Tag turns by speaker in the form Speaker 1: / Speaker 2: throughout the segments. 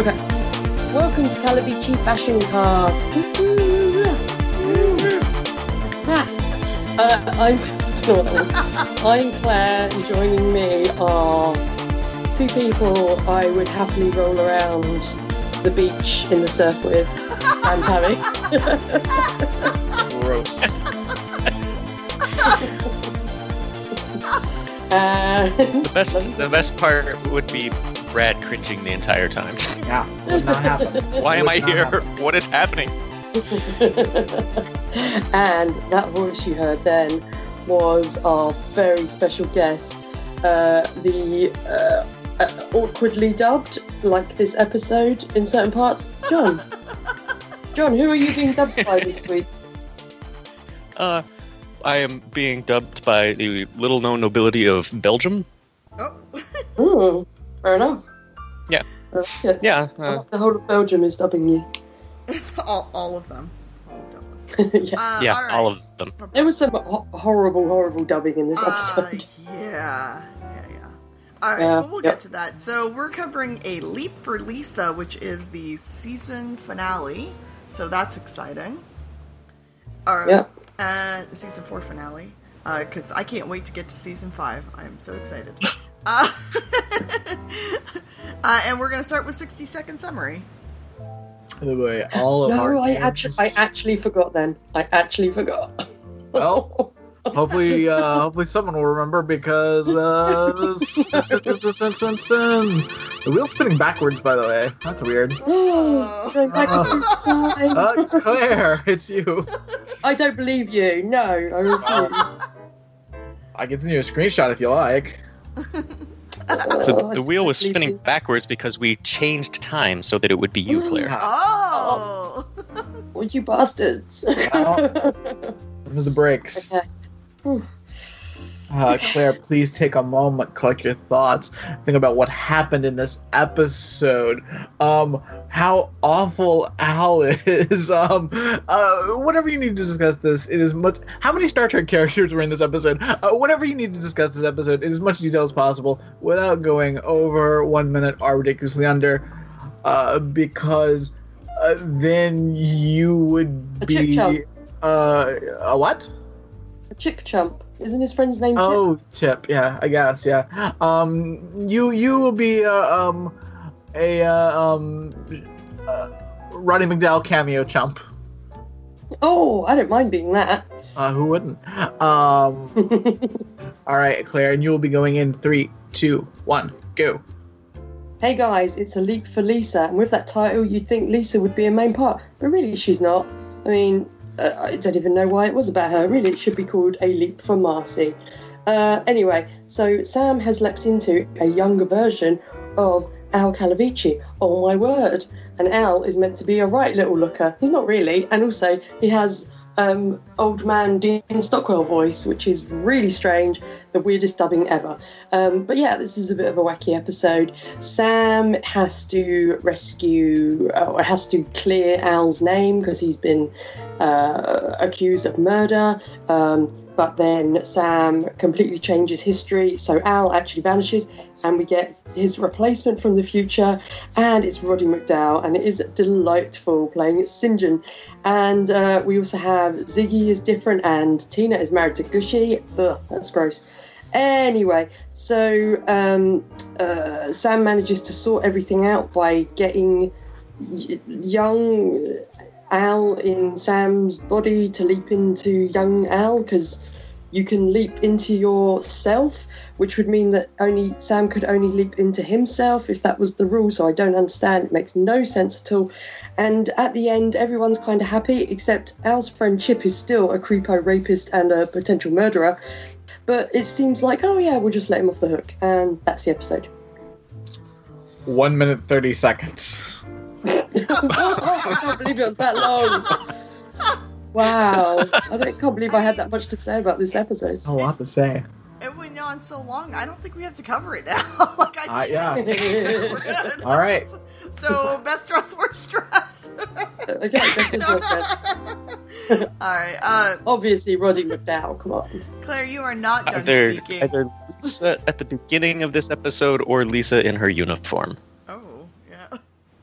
Speaker 1: Okay. Welcome to Calavici Fashion Cars. Uh, I'm it's not what that was. I'm Claire, and joining me are two people I would happily roll around the beach in the surf with. And Tammy.
Speaker 2: Gross.
Speaker 1: Uh,
Speaker 2: The best, the best part would be Brad cringing the entire time.
Speaker 3: Yeah, would not happen.
Speaker 2: Why am I
Speaker 3: Would not
Speaker 2: here?
Speaker 3: happen.
Speaker 2: What is happening?
Speaker 1: and that voice you heard then was our very special guest, uh, the uh, uh, awkwardly dubbed, like this episode in certain parts, John. John, who are you being dubbed by this week?
Speaker 2: Uh, I am being dubbed by the little-known nobility of Belgium.
Speaker 4: Oh,
Speaker 1: Ooh, Hmm, fair enough.
Speaker 2: Yeah.
Speaker 1: I like it.
Speaker 2: Yeah, uh,
Speaker 1: the whole of Belgium is dubbing you.
Speaker 4: all, all of them. All of them.
Speaker 1: yeah.
Speaker 4: Uh,
Speaker 2: yeah,
Speaker 4: all, right.
Speaker 2: all of them.
Speaker 1: There was some ho- horrible, horrible dubbing in this
Speaker 4: Uh,
Speaker 1: episode.
Speaker 4: yeah, yeah, yeah. All right,
Speaker 1: Yeah,
Speaker 4: well, we'll
Speaker 1: yep.
Speaker 4: get to that. So we're covering a leap for Lisa, which is the season finale. So that's exciting. All right,
Speaker 1: Yep.
Speaker 4: uh, season four finale. Because I can't wait to get to season five. I'm so excited. uh, uh, and we're gonna start with 60 second summary.
Speaker 3: Oh boy, all of our
Speaker 1: No, I
Speaker 3: names.
Speaker 1: actually, I actually forgot then. I actually forgot.
Speaker 3: Well, hopefully, uh, hopefully someone will remember because uh, spin, spin, spin, spin, spin, spin. the wheel's spinning backwards. By the way, that's weird.
Speaker 1: Oh, going back in time.
Speaker 3: Uh, Claire, it's you.
Speaker 1: I don't believe you. No, I refuse.
Speaker 3: I can send you a screenshot if you like.
Speaker 2: So
Speaker 1: Oh,
Speaker 2: the wheel was
Speaker 1: sleepy.
Speaker 2: spinning backwards because we changed time so that it would be you, Claire.
Speaker 3: Yeah,
Speaker 4: Oh,
Speaker 1: Oh, you bastards.
Speaker 2: Oh,
Speaker 3: Wow. this is the breaks.
Speaker 1: Okay. Whew.
Speaker 3: Uh, Claire, please take a moment, collect your thoughts, think about what happened in this episode. Um, how awful Al is. Um, uh, whatever you need to discuss this in as much. How many Star Trek characters were in this episode? Uh, whatever you need to discuss this episode in as much detail as possible, without going over one minute or ridiculously under, uh, because uh, then you would
Speaker 1: A chick
Speaker 3: be
Speaker 1: chump.
Speaker 3: uh, a what?
Speaker 1: A chick chump. Isn't his friend's name Chip?
Speaker 3: Oh, Chip. Yeah, I guess. Yeah. Um, you you will be uh, um a uh, um uh, Roddy McDowell cameo chump.
Speaker 1: Oh, I don't mind being that.
Speaker 3: Uh, who wouldn't? Um, all right, Claire, and you will be going in three, two, one, go.
Speaker 1: hey guys, it's a leap for Lisa, and with that title, you'd think Lisa would be a main part, but really she's not. I mean, uh, I don't even know why it was about her. Really, it should be called A Leap for Marcy. Uh, anyway, so Sam has leapt into a younger version of Al Calavici. Oh my word! And Al is meant to be a right little looker. He's not really, and also he has um, old man Dean Stockwell voice, which is really strange, the weirdest dubbing ever. Um, but yeah, this is a bit of a wacky episode. Sam has to rescue, or has to clear Al's name because he's been uh, accused of murder. Um, but then Sam completely changes history, so Al actually vanishes, and we get his replacement from the future, and it's Roddy McDowell, and it is delightful playing St. John. And uh, we also have Ziggy is different, and Tina is married to Gushy. Ugh, that's gross. Anyway, so um, uh, Sam manages to sort everything out by getting y- young Al in Sam's body to leap into young Al because you can leap into yourself, which would mean that only Sam could only leap into himself if that was the rule. So I don't understand. It makes no sense at all. And at the end, everyone's kind of happy except Al's friend Chip is still a creepo rapist and a potential murderer. But it seems like, oh yeah, we'll just let him off the hook, and that's the episode.
Speaker 3: One minute thirty seconds.
Speaker 1: Oh, I
Speaker 4: Oh.
Speaker 1: can't believe it was that long. Wow, I don't, can't believe I had that much to say about this episode.
Speaker 3: A lot to say.
Speaker 4: it went on so long. I don't think we have to cover it now. like
Speaker 3: Uh,
Speaker 4: I
Speaker 3: yeah.
Speaker 4: we're good.
Speaker 3: All right.
Speaker 4: So best dress, worst dress.
Speaker 1: Okay, best business best.
Speaker 4: All right, uh,
Speaker 1: Obviously, Roddy McDowell. Come on.
Speaker 4: Claire, you are not done
Speaker 2: Either,
Speaker 4: speaking.
Speaker 2: either Lisa at the beginning of this episode or Lisa in her uniform.
Speaker 4: Oh, yeah.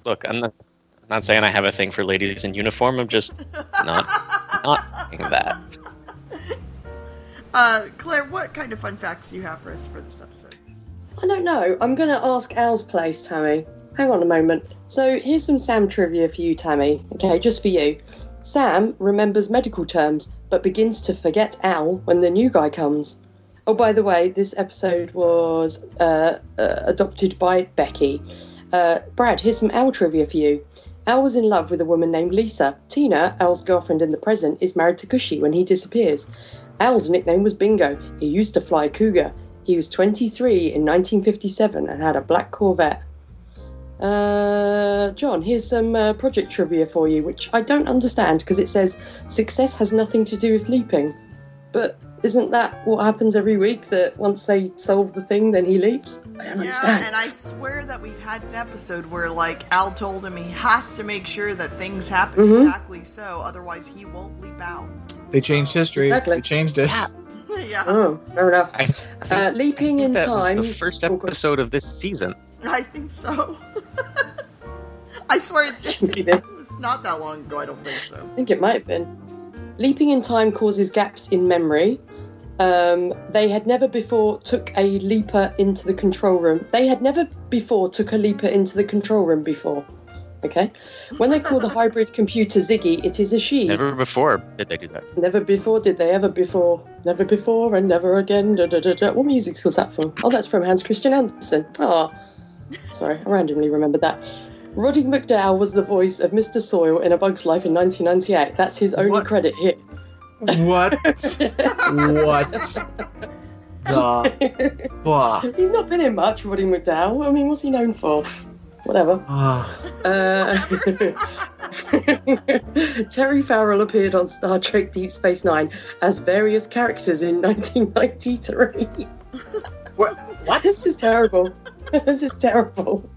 Speaker 2: Look, I'm not, I'm not saying I have a thing for ladies in uniform. I'm just not not saying that.
Speaker 4: Uh, Claire, what kind of fun facts do you have for us for this episode?
Speaker 1: I don't know. I'm going to ask Al's place, Tammy. Hang on a moment. So here's some Sam trivia for you, Tammy. Okay, just for you. Sam remembers medical terms, but begins to forget Al when the new guy comes. Oh, by the way, this episode was uh, uh, adopted by Becky. Uh, Brad, here's some Al trivia for you. Al was in love with a woman named Lisa. Tina, Al's girlfriend in the present, is married to Cushy when he disappears. Al's nickname was Bingo. He used to fly cougar. He was 23 in 1957 and had a black Corvette. Uh, John, here's some uh, project trivia for you, which I don't understand because it says success has nothing to do with leaping. But isn't that what happens every week? That once they solve the thing, then he leaps? I don't
Speaker 4: Yeah,
Speaker 1: understand.
Speaker 4: and I swear that we've had an episode where, like, Al told him he has to make sure that things happen
Speaker 1: Mhm.
Speaker 4: exactly so, otherwise he won't leap out.
Speaker 3: They changed history.
Speaker 1: Exactly.
Speaker 3: They changed it.
Speaker 1: Yeah.
Speaker 4: yeah,
Speaker 1: Oh, fair enough.
Speaker 2: I think,
Speaker 1: Uh, leaping
Speaker 2: I think
Speaker 1: in
Speaker 2: that
Speaker 1: time.
Speaker 2: was the first
Speaker 1: Oh, God.
Speaker 2: episode of this season.
Speaker 4: I think so. I swear it,
Speaker 1: Shouldn't be there.
Speaker 4: it was not that long ago. I don't think so.
Speaker 1: I think it might have been. Leaping in time causes gaps in memory. Um, they had never before took a leaper into the control room. They had never before took a leaper into the control room before. Okay. When they call the hybrid computer Ziggy, it is a she.
Speaker 2: Never before did they do that.
Speaker 1: Never before did they ever before. Never before and never again. Da, da, da, da. What music was that from? Oh, that's from Hans Christian Andersen. Ah, sorry, I randomly remembered that. Roddy McDowell was the voice of Mr. Soil in A Bug's Life in 1998. That's his only
Speaker 3: What?
Speaker 1: credit here.
Speaker 3: What? what? The fuck?
Speaker 1: He's not been in much, Roddy McDowell. I mean, what's he known for? Whatever.
Speaker 3: Ah,
Speaker 1: Uh, Terry Farrell appeared on Star Trek Deep Space Nine as various characters in 1993. What?
Speaker 3: What?
Speaker 1: This is terrible. this is terrible.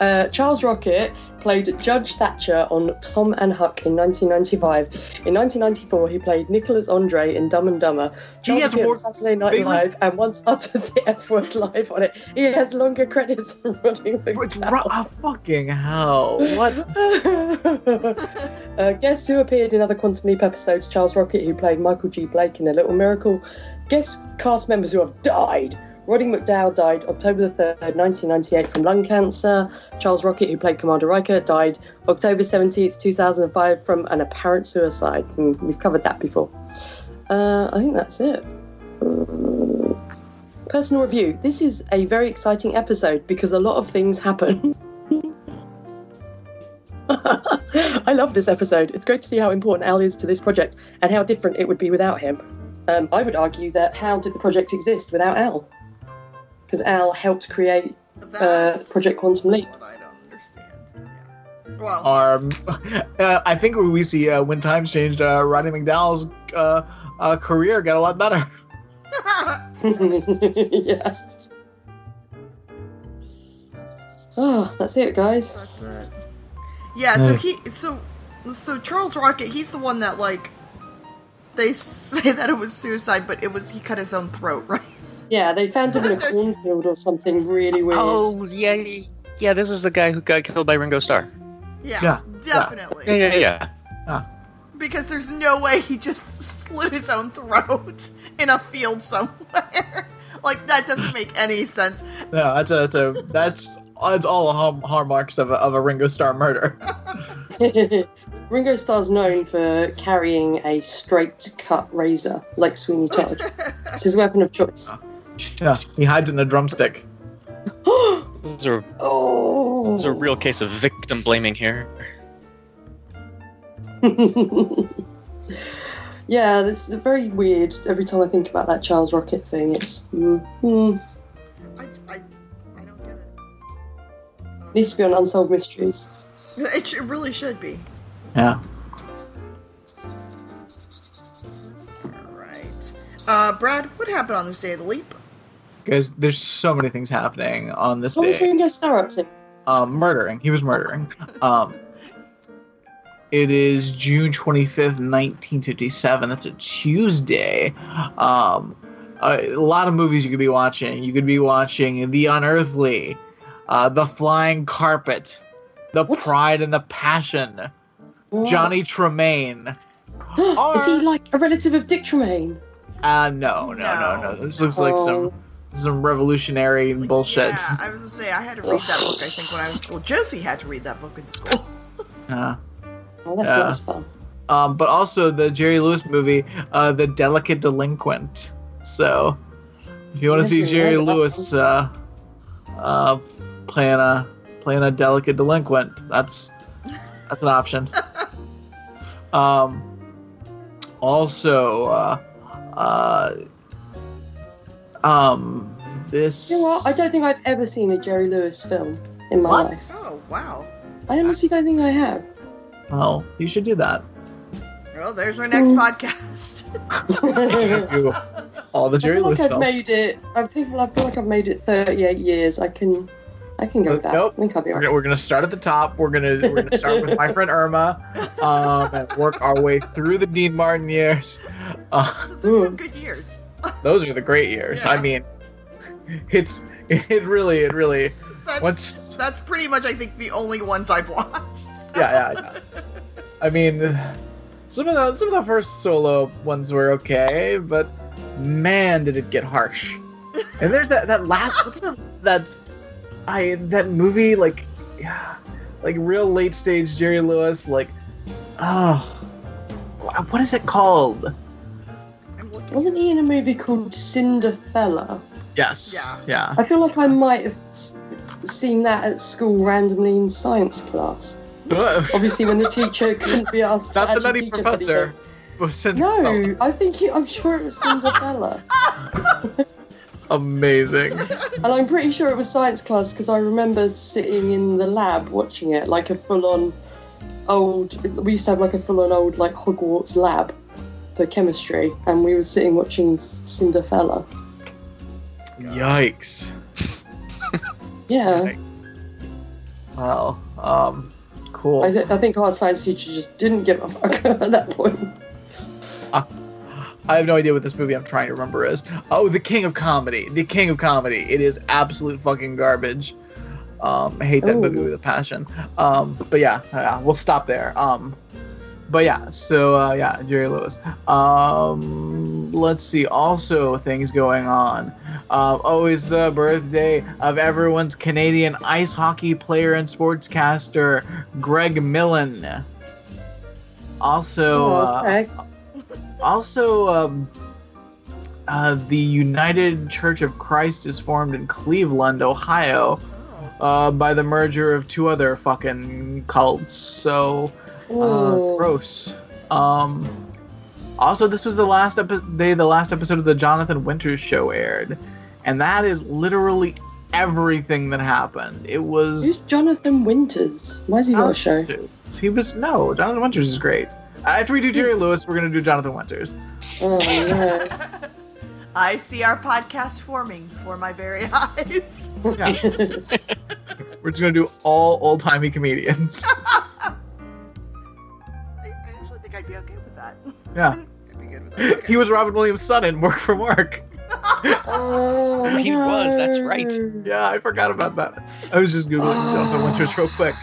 Speaker 1: Uh, Charles Rocket played Judge Thatcher on Tom and Huck in 1995. In 1994, he played Nicholas Andre in Dumb and Dumber. Charles
Speaker 3: has
Speaker 1: appeared on
Speaker 3: more
Speaker 1: Saturday Night
Speaker 3: famous-
Speaker 1: Live and once uttered the F word live on it. He has longer credits than Roddy
Speaker 3: it's
Speaker 1: McDowell.
Speaker 3: ro- oh, fucking hell. What?
Speaker 1: uh, guess who appeared in other Quantum Leap episodes? Charles Rocket, who played Michael G. Blake in A Little Miracle. Guess cast members who have died. Roddy McDowell died October the 3rd, 1998, from lung cancer. Charles Rocket, who played Commander Riker, died October 17th, 2005, from an apparent suicide. Hmm, we've covered that before. Uh, I think that's it. Uh, Personal review. This is a very exciting episode because a lot of things happen. I love this episode. It's great to see how important Al is to this project and how different it would be without him. Um, I would argue that how did the project exist without Al? Because Al helped create uh,
Speaker 4: That's
Speaker 1: Project Quantum Leap.
Speaker 4: what I don't understand. Yeah. Well,
Speaker 3: Our, uh, I think we see uh, when times changed, uh, Roddy McDowell's uh, uh, career got a lot better.
Speaker 1: Uh, yeah. Oh, that's it, guys.
Speaker 4: That's it. Yeah, so
Speaker 3: Mm.
Speaker 4: he so so Charles Rocket, he's the one that like they say that it was suicide, but it was he cut his own throat, right?
Speaker 1: Yeah, they found him in a cornfield or something really weird.
Speaker 2: Oh yeah, yeah. This is the guy who got killed by Ringo Starr.
Speaker 4: Yeah,
Speaker 3: Yeah,
Speaker 4: definitely.
Speaker 2: Yeah, yeah, yeah.
Speaker 4: Because there's no way he just slit his own throat in a field somewhere. like that doesn't make any sense.
Speaker 3: No, that's a, that's a that's that's all hallm- hallmarks of a, of a Ringo Starr murder.
Speaker 1: Ringo Starr's known for carrying a straight cut razor, like Sweeney Todd. it's his weapon of choice.
Speaker 3: Yeah, he hides in a drumstick.
Speaker 1: oh,
Speaker 2: This is a this is a real case of victim blaming here.
Speaker 1: yeah, this is very weird. Every time I think about that Charles Rocket thing, it's mm, mm,
Speaker 4: I, I, I don't get it. I don't
Speaker 1: needs to be on unsolved mysteries.
Speaker 4: get it. It, sh- it really should be.
Speaker 3: Yeah.
Speaker 4: All right. Uh, Brad, what happened on this day of the leap?
Speaker 3: because there's so many things happening on this
Speaker 1: What was
Speaker 3: day.
Speaker 1: Ringo Starr up to?
Speaker 3: Um, murdering. He was murdering. Um, it is June 25th, 1957. That's a Tuesday. Um, a, a lot of movies you could be watching. You could be watching The Unearthly, uh, The Flying Carpet, The
Speaker 1: What?
Speaker 3: Pride and the Passion,
Speaker 1: Wow.
Speaker 3: Johnny Tremaine.
Speaker 1: Is he like a relative of Dick Tremaine? Oh.
Speaker 3: Uh, no, no, no, no.
Speaker 4: No.
Speaker 3: This looks like some some revolutionary
Speaker 4: Like,
Speaker 3: bullshit.
Speaker 4: Yeah, I was gonna say I had to read that book. I think when I was in school, Josie had to read that book in school.
Speaker 3: Uh,
Speaker 1: Oh, that's
Speaker 3: Yeah.
Speaker 1: not as fun.
Speaker 3: um, but also the Jerry Lewis movie, uh, The Delicate Delinquent. So, if you want to
Speaker 1: Yes,
Speaker 3: see
Speaker 1: we
Speaker 3: Jerry
Speaker 1: love that
Speaker 3: Lewis uh, uh, playing a playing a delicate delinquent, that's that's an option. um, also, uh, uh, um, this.
Speaker 1: You know what? I don't think I've ever seen a Jerry Lewis film in my
Speaker 3: What?
Speaker 1: life.
Speaker 4: Oh wow!
Speaker 1: I honestly don't think I have.
Speaker 3: Oh, you should do that.
Speaker 4: Well, there's our next
Speaker 1: Mm.
Speaker 4: podcast.
Speaker 1: I
Speaker 3: You- all the Jerry
Speaker 1: feel like
Speaker 3: Lewis
Speaker 1: I've
Speaker 3: films.
Speaker 1: made it. I think. Well, I feel like I've made it 38 years. I can. I can go with that.
Speaker 3: Nope.
Speaker 1: I think I'll be
Speaker 3: We're
Speaker 1: alright.
Speaker 3: gonna, we're gonna start at the top. We're gonna we're gonna start with my friend Irma, um, and work our way through the Dean Martin years. Uh,
Speaker 4: Those are some good years.
Speaker 3: those are the great years. I
Speaker 4: Yeah.
Speaker 3: mean, it's it really it really
Speaker 4: That's,
Speaker 3: What's-
Speaker 4: that's pretty much I think the only ones I've watched. so.
Speaker 3: yeah yeah. yeah. I mean, some of the some of the first solo ones were okay, but man, did it get harsh. And there's that that last what's the, that I that movie like yeah like real late stage Jerry Lewis like oh wh- what is it called?
Speaker 4: I'm looking.
Speaker 1: Wasn't he in a movie called Cinderfella?
Speaker 3: Yes.
Speaker 4: Yeah.
Speaker 3: Yeah.
Speaker 1: I feel like I might have s- seen that at school randomly in science class. Obviously, when the teacher couldn't be asked
Speaker 3: Not
Speaker 1: to
Speaker 3: the
Speaker 1: actually
Speaker 3: nutty
Speaker 1: teach us
Speaker 3: professor.
Speaker 1: anything.
Speaker 3: but Cinderella.
Speaker 1: No, I think he, I'm sure it was Cinderfella,
Speaker 3: Amazing.
Speaker 1: and I'm pretty sure it was science class because I remember sitting in the lab watching it, like a full-on old. We used to have like a full-on old like Hogwarts lab for chemistry, and we were sitting watching S- Cinderfella.
Speaker 3: Yikes.
Speaker 1: Yeah,
Speaker 3: Yikes. Wow. Um. Cool.
Speaker 1: I, th- I think our science teacher just didn't give a fuck at that point.
Speaker 3: I have no idea what this movie I'm trying to remember is. Oh, The King of Comedy. The King of Comedy. It is absolute fucking garbage. Um, I hate that
Speaker 1: Ooh.
Speaker 3: movie with a passion. Um, but yeah, yeah, we'll stop there. Um, but yeah, so uh, yeah, Jerry Lewis. Um, let's see. Also, things going on. Um, oh, it's the birthday of everyone's Canadian ice hockey player and sportscaster, Greg Millen. Also,
Speaker 1: Oh,
Speaker 3: uh,
Speaker 1: okay.
Speaker 3: also um, uh, the united church of christ is formed in cleveland ohio
Speaker 4: Oh,
Speaker 3: uh, by the merger of two other fucking cults so uh,
Speaker 1: Ooh.
Speaker 3: gross um, also this was the last epi- day the last episode of the jonathan winters show aired and that is literally everything that happened it was
Speaker 1: Who's Jonathan Winters? Why's he got a show?
Speaker 3: he was no jonathan winters is great after we do jerry lewis we're gonna do jonathan winters
Speaker 1: Oh no.
Speaker 4: I see our podcast forming for my very eyes.
Speaker 3: yeah We're just gonna do all old timey comedians.
Speaker 4: I, I actually think I'd be okay with that.
Speaker 3: Yeah.
Speaker 4: I'd be good with that. Okay.
Speaker 3: he was Robin Williams' son in Work from Work.
Speaker 1: oh,
Speaker 2: He was, that's right.
Speaker 1: no.
Speaker 3: Yeah, I forgot about that. I was just googling Jonathan Winters real quick.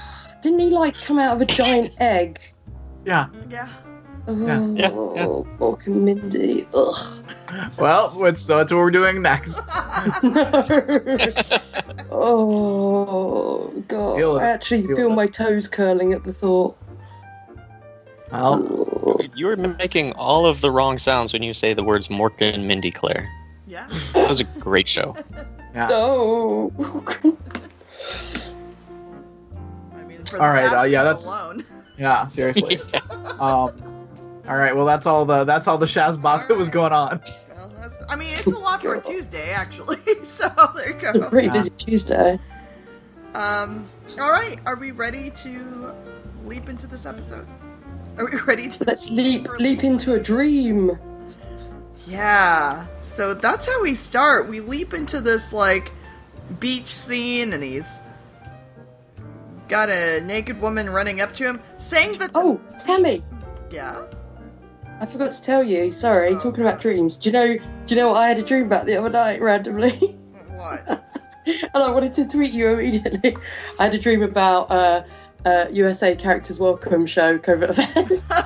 Speaker 1: Didn't he like come out of a giant egg?
Speaker 3: Yeah.
Speaker 4: yeah.
Speaker 1: Oh,
Speaker 2: Yeah,
Speaker 1: fucking Mindy. Ugh.
Speaker 3: Well, that's that's what we're doing next.
Speaker 1: oh god.
Speaker 3: Feel it,
Speaker 1: I actually
Speaker 3: feel
Speaker 1: feel,
Speaker 3: it.
Speaker 1: my toes curling at the thought.
Speaker 3: Well,
Speaker 1: Oh.
Speaker 2: You're making all of the wrong sounds when you say the words Mork and Mindy Claire.
Speaker 4: yeah.
Speaker 2: That was a great show.
Speaker 3: yeah.
Speaker 1: Oh, No.
Speaker 4: I mean, for
Speaker 3: All
Speaker 4: the
Speaker 3: right, uh, yeah, that's-
Speaker 4: bastards alone.
Speaker 3: Yeah. Seriously. Um. All right. Well, that's all the that's all the Shaz Bob that was going on.
Speaker 4: Well, that's- I mean, it's a lot for a
Speaker 1: God.
Speaker 4: Tuesday, actually. So there you
Speaker 1: It's a
Speaker 4: go.
Speaker 1: pretty busy Tuesday.
Speaker 4: Um, all right, are we ready to leap into this episode? Are we ready to?
Speaker 1: Let's leap leap into a dream.
Speaker 4: Yeah. So that's how we start. We leap into this like beach scene and he's got a naked woman running up to him saying that
Speaker 1: Oh, Tammy,
Speaker 4: yeah.
Speaker 1: I forgot to tell you. Sorry,
Speaker 4: Oh.
Speaker 1: talking about dreams. Do you know? Do you know what I had a dream about the other night randomly?
Speaker 4: What?
Speaker 1: and I wanted to tweet you immediately. I had a dream about uh, uh, USA Characters Welcome Show Covert Affairs. I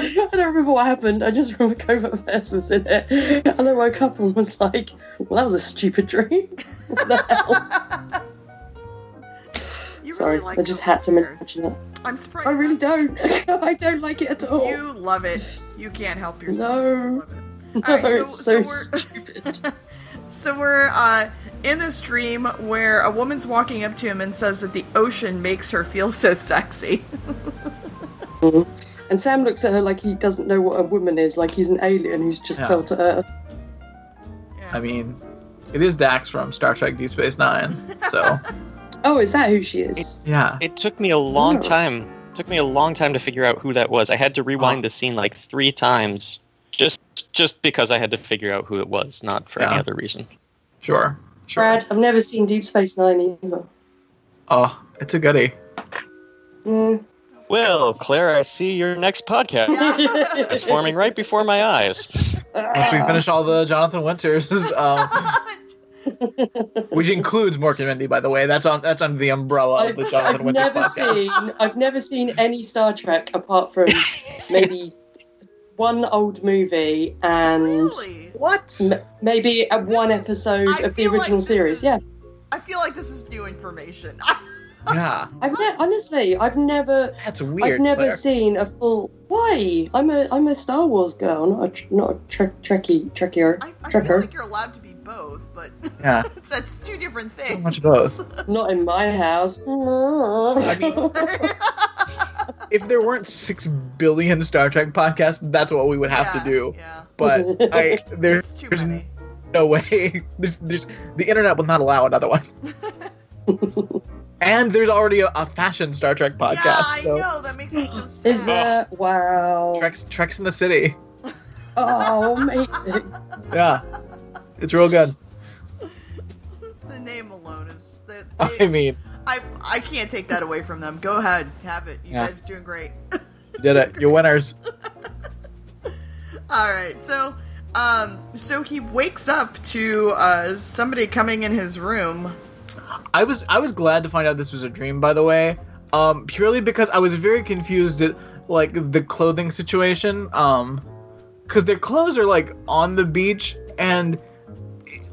Speaker 1: don't remember what happened. I just remember Covert Affairs was in it, and I woke up and was like, "Well, that was a stupid dream." what the hell?
Speaker 4: You
Speaker 1: Sorry,
Speaker 4: really like
Speaker 1: I just
Speaker 4: those
Speaker 1: had to
Speaker 4: pictures.
Speaker 1: mention it.
Speaker 4: I'm surprised.
Speaker 1: I really don't. I don't like it at all.
Speaker 4: You love it. You can't help yourself.
Speaker 1: No.
Speaker 4: You love it.
Speaker 1: no,
Speaker 4: All right,
Speaker 1: it's so,
Speaker 4: so
Speaker 1: stupid.
Speaker 4: So we're uh, in this dream where a woman's walking up to him and says that the ocean makes her feel so sexy.
Speaker 1: And Sam looks at her like he doesn't know what a woman is, like he's an alien who's just uh,
Speaker 3: Yeah.
Speaker 1: fell to Earth.
Speaker 4: Yeah.
Speaker 3: I mean, it is Dax from Star Trek Deep Space Nine. So,
Speaker 1: Oh, is that who she is?
Speaker 3: yeah.
Speaker 2: It took me a long
Speaker 1: Oh.
Speaker 2: time. Took me a long time to figure out who that was. I had to rewind
Speaker 3: Oh.
Speaker 2: the scene like three times, just just because I had to figure out who it was, not for any
Speaker 3: Yeah.
Speaker 2: other reason.
Speaker 3: Sure. Sure.
Speaker 1: Brad, I've never seen Deep Space Nine either.
Speaker 3: Oh, it's a goodie.
Speaker 1: Mm.
Speaker 2: Well, Claire, I see your next podcast is forming right before my eyes.
Speaker 3: Once we finish all the Jonathan Winters, um, which includes Mork and Mindy, by the way, that's on that's under the umbrella of
Speaker 1: I've,
Speaker 3: the Jonathan
Speaker 1: I've
Speaker 3: Winters
Speaker 1: never
Speaker 3: podcast.
Speaker 1: seen I've never seen any Star Trek apart from maybe one old movie and
Speaker 4: really?
Speaker 3: What?
Speaker 1: m- maybe a one
Speaker 4: This is-
Speaker 1: episode
Speaker 4: I
Speaker 1: of the
Speaker 4: feel like
Speaker 1: original
Speaker 4: this
Speaker 1: series.
Speaker 4: is-
Speaker 1: Yeah,
Speaker 4: I feel like this is new information.
Speaker 3: Yeah,
Speaker 1: I've ne- honestly I've never
Speaker 3: that's weird.
Speaker 1: I've never
Speaker 3: Claire.
Speaker 1: seen a full. Why? I'm a I'm a Star Wars girl, not a tr- not a trek Trekkie Trekkier.
Speaker 4: I, I feel
Speaker 1: Trucker.
Speaker 4: like you're allowed to be both, but
Speaker 3: Yeah,
Speaker 4: that's two different
Speaker 3: so
Speaker 4: things.
Speaker 3: much of both.
Speaker 1: Not in my house.
Speaker 3: I mean, if there weren't six billion Star Trek podcasts, that's what we would have
Speaker 4: Yeah,
Speaker 3: to do.
Speaker 4: Yeah,
Speaker 3: But I, there's
Speaker 4: it's too
Speaker 3: there's
Speaker 4: many.
Speaker 3: no way. There's, there's, the internet will not allow another one. and there's already a, a fashion Star Trek podcast.
Speaker 4: yeah, I
Speaker 3: so
Speaker 4: know that makes me so sad.
Speaker 1: Is there?
Speaker 3: oh.
Speaker 1: Wow.
Speaker 3: Treks Treks in the City.
Speaker 1: Oh, amazing.
Speaker 3: Yeah, it's real good.
Speaker 4: the name alone is? They,
Speaker 3: I mean,
Speaker 4: I I can't take that away from them. Go ahead, have it. You
Speaker 3: Yeah.
Speaker 4: guys are doing great.
Speaker 3: you did it. You're winners.
Speaker 4: All right, so um, so he wakes up to uh somebody coming in his room.
Speaker 3: I was I was glad to find out this was a dream, by the way. Um, purely because I was very confused at like the clothing situation. Um, because their clothes are like on the beach and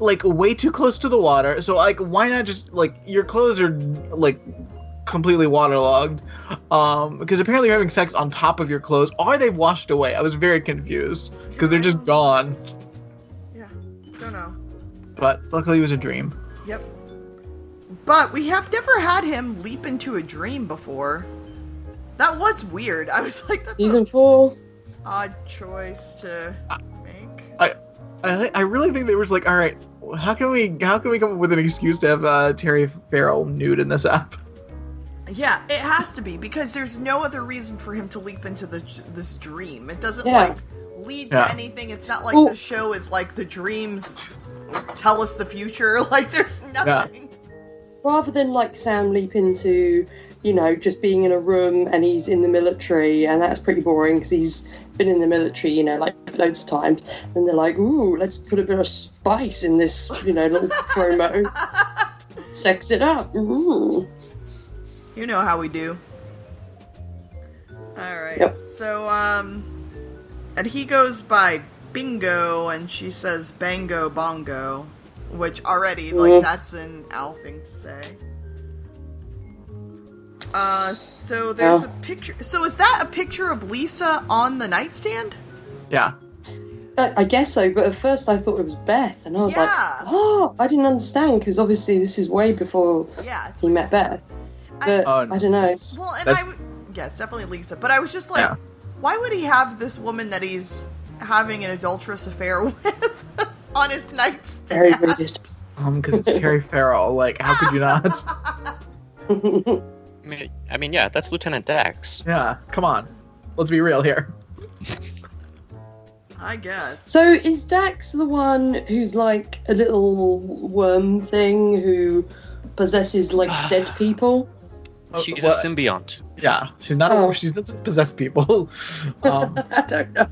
Speaker 3: like way too close to the water. So like, why not just like your clothes are like completely waterlogged? Um, because apparently you're having sex on top of your clothes, or they've washed away. I was very confused because they're just gone.
Speaker 4: Yeah, don't know.
Speaker 3: But luckily, it was a dream.
Speaker 4: Yep. But we have never had him leap into a dream before. That was weird. I was like, that's an
Speaker 1: Season four.
Speaker 4: odd choice to make.
Speaker 3: I, I really think they were just like, all right, how can we how can we come up with an excuse to have uh, Terry Farrell nude in this app?
Speaker 4: Yeah, it has to be because there's no other reason for him to leap into the, this dream. It doesn't
Speaker 1: Yeah.
Speaker 4: like lead to
Speaker 3: Yeah.
Speaker 4: anything. It's not like
Speaker 1: Well-
Speaker 4: the show is like the dreams tell us the future. Like there's nothing.
Speaker 1: Rather than like Sam leap into, you know, just being in a room and he's in the military, and that's pretty boring because he's been in the military, you know, like loads of times. And they're like, ooh, let's put a bit of spice in this, you know, little promo, sex it up. Ooh.
Speaker 4: You know how we do. All right.
Speaker 1: Yep.
Speaker 4: So um and he goes by Bingo and she says Bango Bongo, which already like
Speaker 1: Mm.
Speaker 4: that's an owl thing to say. Uh so there's
Speaker 1: Yeah.
Speaker 4: a picture So is that a picture of Lisa on the nightstand?
Speaker 3: Yeah,
Speaker 1: I I guess so, but at first I thought it was Beth, and I was
Speaker 4: Yeah.
Speaker 1: like, oh, I didn't understand because obviously this is way before
Speaker 4: Yeah. It's,
Speaker 1: he met Beth. But
Speaker 3: I-
Speaker 1: I don't know.
Speaker 4: well, and I
Speaker 3: That's-
Speaker 4: w- yeah, it's definitely Lisa, but I was just like
Speaker 3: Yeah.
Speaker 4: why would he have this woman that he's having an adulterous affair with on his nightstand?
Speaker 1: Very weird.
Speaker 3: um, because it's Terry Farrell. Like, how could you not?
Speaker 2: I mean, I mean, yeah, that's Lieutenant Dax.
Speaker 3: Yeah, come on, let's be real here.
Speaker 4: I guess.
Speaker 1: So is Dax the one who's like a little worm thing who possesses like dead people?
Speaker 2: She's
Speaker 3: Well,
Speaker 2: a symbiont.
Speaker 3: yeah, she's not a
Speaker 1: Oh.
Speaker 3: She doesn't possess people. um,
Speaker 1: I don't know.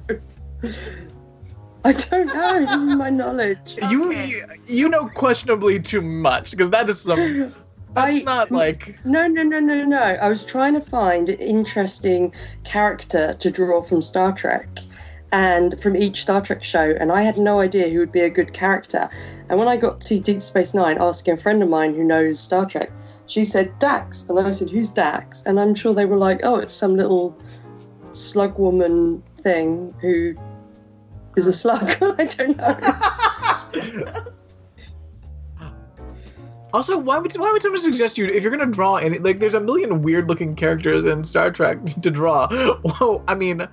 Speaker 1: I don't know. This is my knowledge.
Speaker 3: you
Speaker 4: Okay.
Speaker 3: you know questionably too much because that is some. Um, That's
Speaker 1: I-
Speaker 3: not like
Speaker 1: No, no, no, no, no. I was trying to find an interesting character to draw from Star Trek and from each Star Trek show, and I had no idea who would be a good character. And when I got to Deep Space Nine, asking a friend of mine who knows Star Trek, she said Dax, and I said, "Who's Dax?" And I'm sure they were like, "Oh, it's some little slug woman thing who is a slug." I don't know.
Speaker 3: Also, why would why would someone suggest you if you're gonna draw any like there's a million weird looking characters in Star Trek to draw? Whoa, I mean,
Speaker 1: I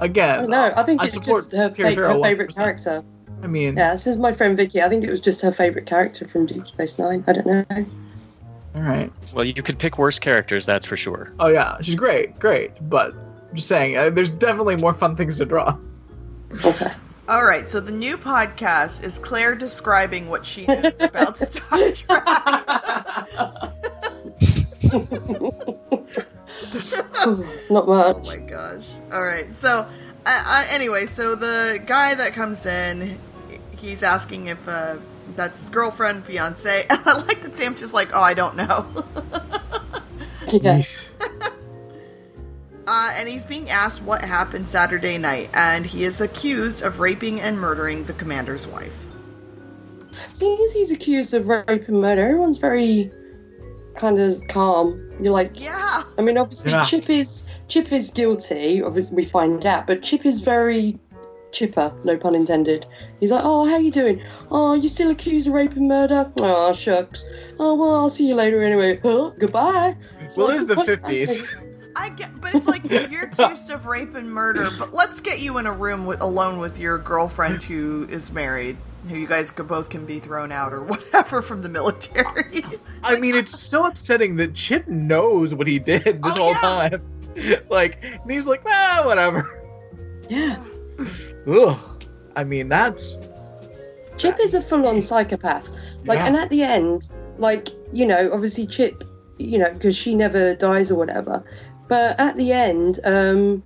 Speaker 3: again,
Speaker 1: don't know. I think
Speaker 3: I
Speaker 1: it's
Speaker 3: support
Speaker 1: just her, fa-
Speaker 3: Terry Farrell
Speaker 1: her favorite
Speaker 3: 100%.
Speaker 1: character.
Speaker 3: I mean,
Speaker 1: Yeah, this is my friend Vicky. I think it was just her favourite character from Deep Space Nine. I don't know.
Speaker 3: all right.
Speaker 2: Well, you could pick worse characters, that's for sure.
Speaker 3: Oh yeah, she's great, great. But I'm just saying, uh, there's definitely more fun things to draw.
Speaker 1: Okay.
Speaker 4: All right, so the new podcast is Claire describing what she knows about Star Trek.
Speaker 1: Ooh, it's not
Speaker 4: Oh
Speaker 1: much.
Speaker 4: my gosh. All right. So, I, I, anyway, so the guy that comes in, he's asking if uh, that's his girlfriend, fiance. And I like that Sam's just like, oh, I don't know.
Speaker 1: Yeah.
Speaker 3: Yeesh.
Speaker 4: Uh, and he's being asked what happened Saturday night, and he is accused of raping and murdering the commander's wife.
Speaker 1: Seeing as he's accused of rape and murder, everyone's very kind of calm. You're like,
Speaker 4: Yeah.
Speaker 1: I mean, obviously
Speaker 3: Yeah.
Speaker 1: Chip is Chip is guilty. Obviously, we find out, but Chip is very chipper. No pun intended. He's like, "Oh, how you doing? Oh, you still accused of rape and murder? Oh, shucks. Oh, well, I'll see you later anyway. Huh? Goodbye." It's
Speaker 3: Well,
Speaker 1: like,
Speaker 3: it is the
Speaker 1: what's
Speaker 3: 50s.
Speaker 1: happening?
Speaker 4: I get, but it's like you're accused of rape and murder. But let's get you in a room with, alone with your girlfriend who is married, who you guys could, both can be thrown out or whatever from the military.
Speaker 3: I mean, it's so upsetting that Chip knows what he did this whole
Speaker 4: Oh, yeah.
Speaker 3: time. like, and he's like, ah, whatever.
Speaker 1: Yeah.
Speaker 3: Ugh. I mean, that's
Speaker 1: Chip is a full-on psychopath. Like,
Speaker 3: yeah.
Speaker 1: and at the end, like you know, obviously Chip, you know, because she never dies or whatever. But at the end, um,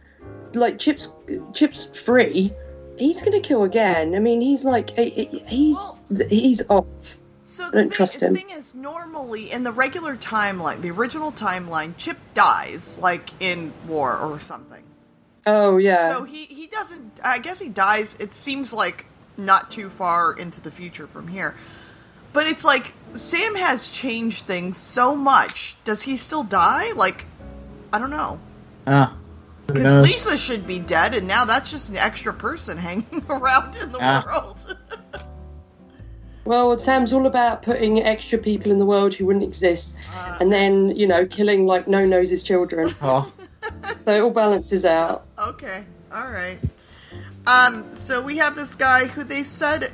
Speaker 1: like Chip's Chip's free. He's gonna kill again. I mean, he's like he- he- he's he's off.
Speaker 4: So
Speaker 1: I
Speaker 4: the
Speaker 1: don't
Speaker 4: thing,
Speaker 1: trust him.
Speaker 4: the thing is, normally in the regular timeline, the original timeline, Chip dies like in war or something.
Speaker 1: Oh yeah.
Speaker 4: So he he doesn't. I guess he dies. It seems like not too far into the future from here. But it's like Sam has changed things so much. Does he still die? Like, I don't know.
Speaker 3: ah. Who
Speaker 4: Because
Speaker 3: knows?
Speaker 4: Lisa should be dead, and now that's just an extra person hanging around in the
Speaker 3: Ah.
Speaker 4: world.
Speaker 1: well, Sam's all about putting extra people in the world who wouldn't exist,
Speaker 4: Uh,
Speaker 1: and then you know, killing like No Nose's children.
Speaker 3: Oh.
Speaker 1: so it all balances out.
Speaker 4: Okay. All right. Um, so we have this guy who they said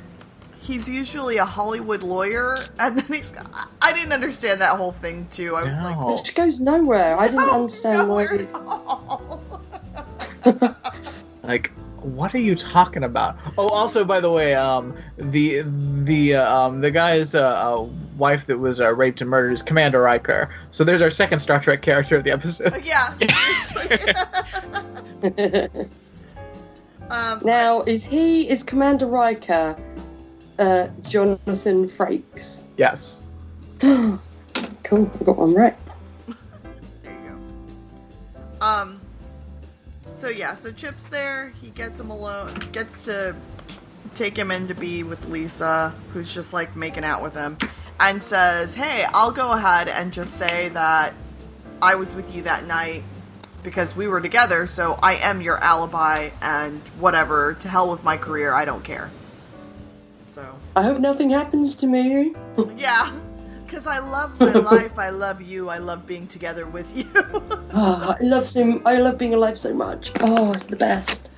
Speaker 4: he's usually a Hollywood lawyer, and then he's. I- I didn't understand that whole thing, too. I was like,
Speaker 3: No.
Speaker 1: It goes nowhere. I didn't
Speaker 4: "Oh,
Speaker 1: understand why.
Speaker 4: nowhere
Speaker 1: it-
Speaker 4: at all."
Speaker 3: Like, what are you talking about? Oh, also, by the way, um, the the uh, um, the guy's uh, uh, wife that was uh, raped and murdered is Commander Riker. So there's our second Star Trek character of the episode.
Speaker 4: yeah. um,
Speaker 1: Now, is he is Commander Riker uh, Jonathan Frakes?
Speaker 3: Yes.
Speaker 1: cool, I got one right.
Speaker 4: There you go. Um. So yeah, so Chip's there. He gets him alone. Gets to take him in to be with Lisa, who's just like making out with him, and says, "Hey, I'll go ahead and just say that I was with you that night because we were together. So I am your alibi, and whatever. To hell with my career. I don't care." So
Speaker 1: I hope nothing happens to me.
Speaker 4: yeah, because I love my life. I love you. I love being together with you.
Speaker 1: Ah, I love so, I love being alive so much. Oh, it's the best.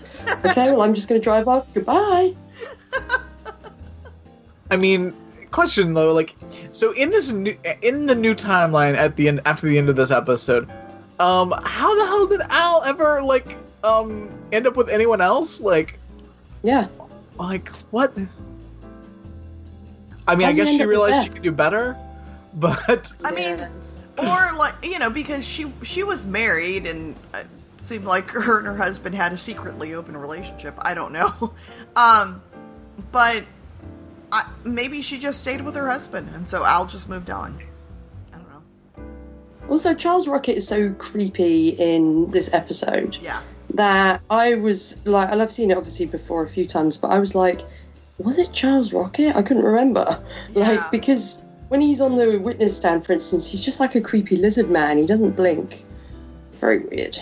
Speaker 1: Okay, well, I'm just going to drive off. Goodbye.
Speaker 3: I mean, question though, like, so in this new, in the new timeline at the end after the end of this episode, um, how the hell did Al ever like um end up with anyone else? Like,
Speaker 1: Yeah.
Speaker 3: Like what? I mean,
Speaker 1: How'd
Speaker 3: I
Speaker 1: you
Speaker 3: guess
Speaker 1: end up
Speaker 3: she
Speaker 1: with
Speaker 3: realized
Speaker 1: that?
Speaker 3: she could do better, but
Speaker 4: I mean,
Speaker 1: Yeah.
Speaker 4: or like you know because she she was married and it seemed like her and her husband had a secretly open relationship i don't know um but I, maybe she just stayed with her husband and so al just moved on i don't know
Speaker 1: Also, Charles Rocket is so creepy in this episode
Speaker 4: yeah
Speaker 1: that I was like, and I've seen it obviously before a few times, but I was like, was it Charles Rocket? I couldn't remember.
Speaker 4: yeah
Speaker 1: Like, because when he's on the witness stand, for instance, he's just like a creepy lizard man. He doesn't blink. Very weird.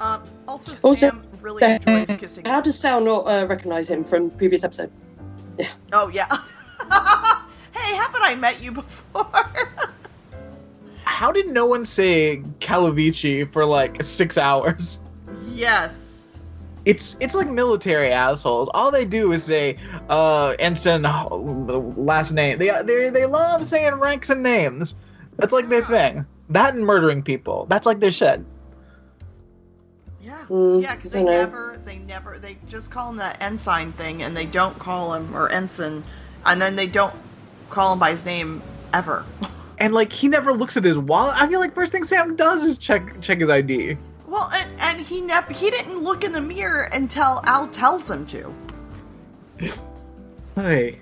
Speaker 4: um, also,
Speaker 1: Also-
Speaker 4: sam really enjoys kissing
Speaker 1: How does Sal not uh, recognize him from previous episode?
Speaker 4: oh yeah hey haven't i met you before
Speaker 3: how did no one say Calavici for like six hours?
Speaker 4: yes
Speaker 3: It's it's like military assholes. All they do is say uh ensign uh, last name. They they they love saying ranks and names. That's like their thing. That and murdering people. That's like their shit.
Speaker 4: yeah
Speaker 1: Mm,
Speaker 4: Yeah, because
Speaker 1: I
Speaker 4: they
Speaker 1: dunno.
Speaker 4: never, they never, they just call him that ensign thing, and they don't call him or ensign, and then they don't call him by his name ever.
Speaker 3: And like he never looks at his wallet. I feel like first thing Sam does is check check his ID.
Speaker 4: Well, and, and he never, he didn't look in the mirror until Al tells him to.
Speaker 3: Hey,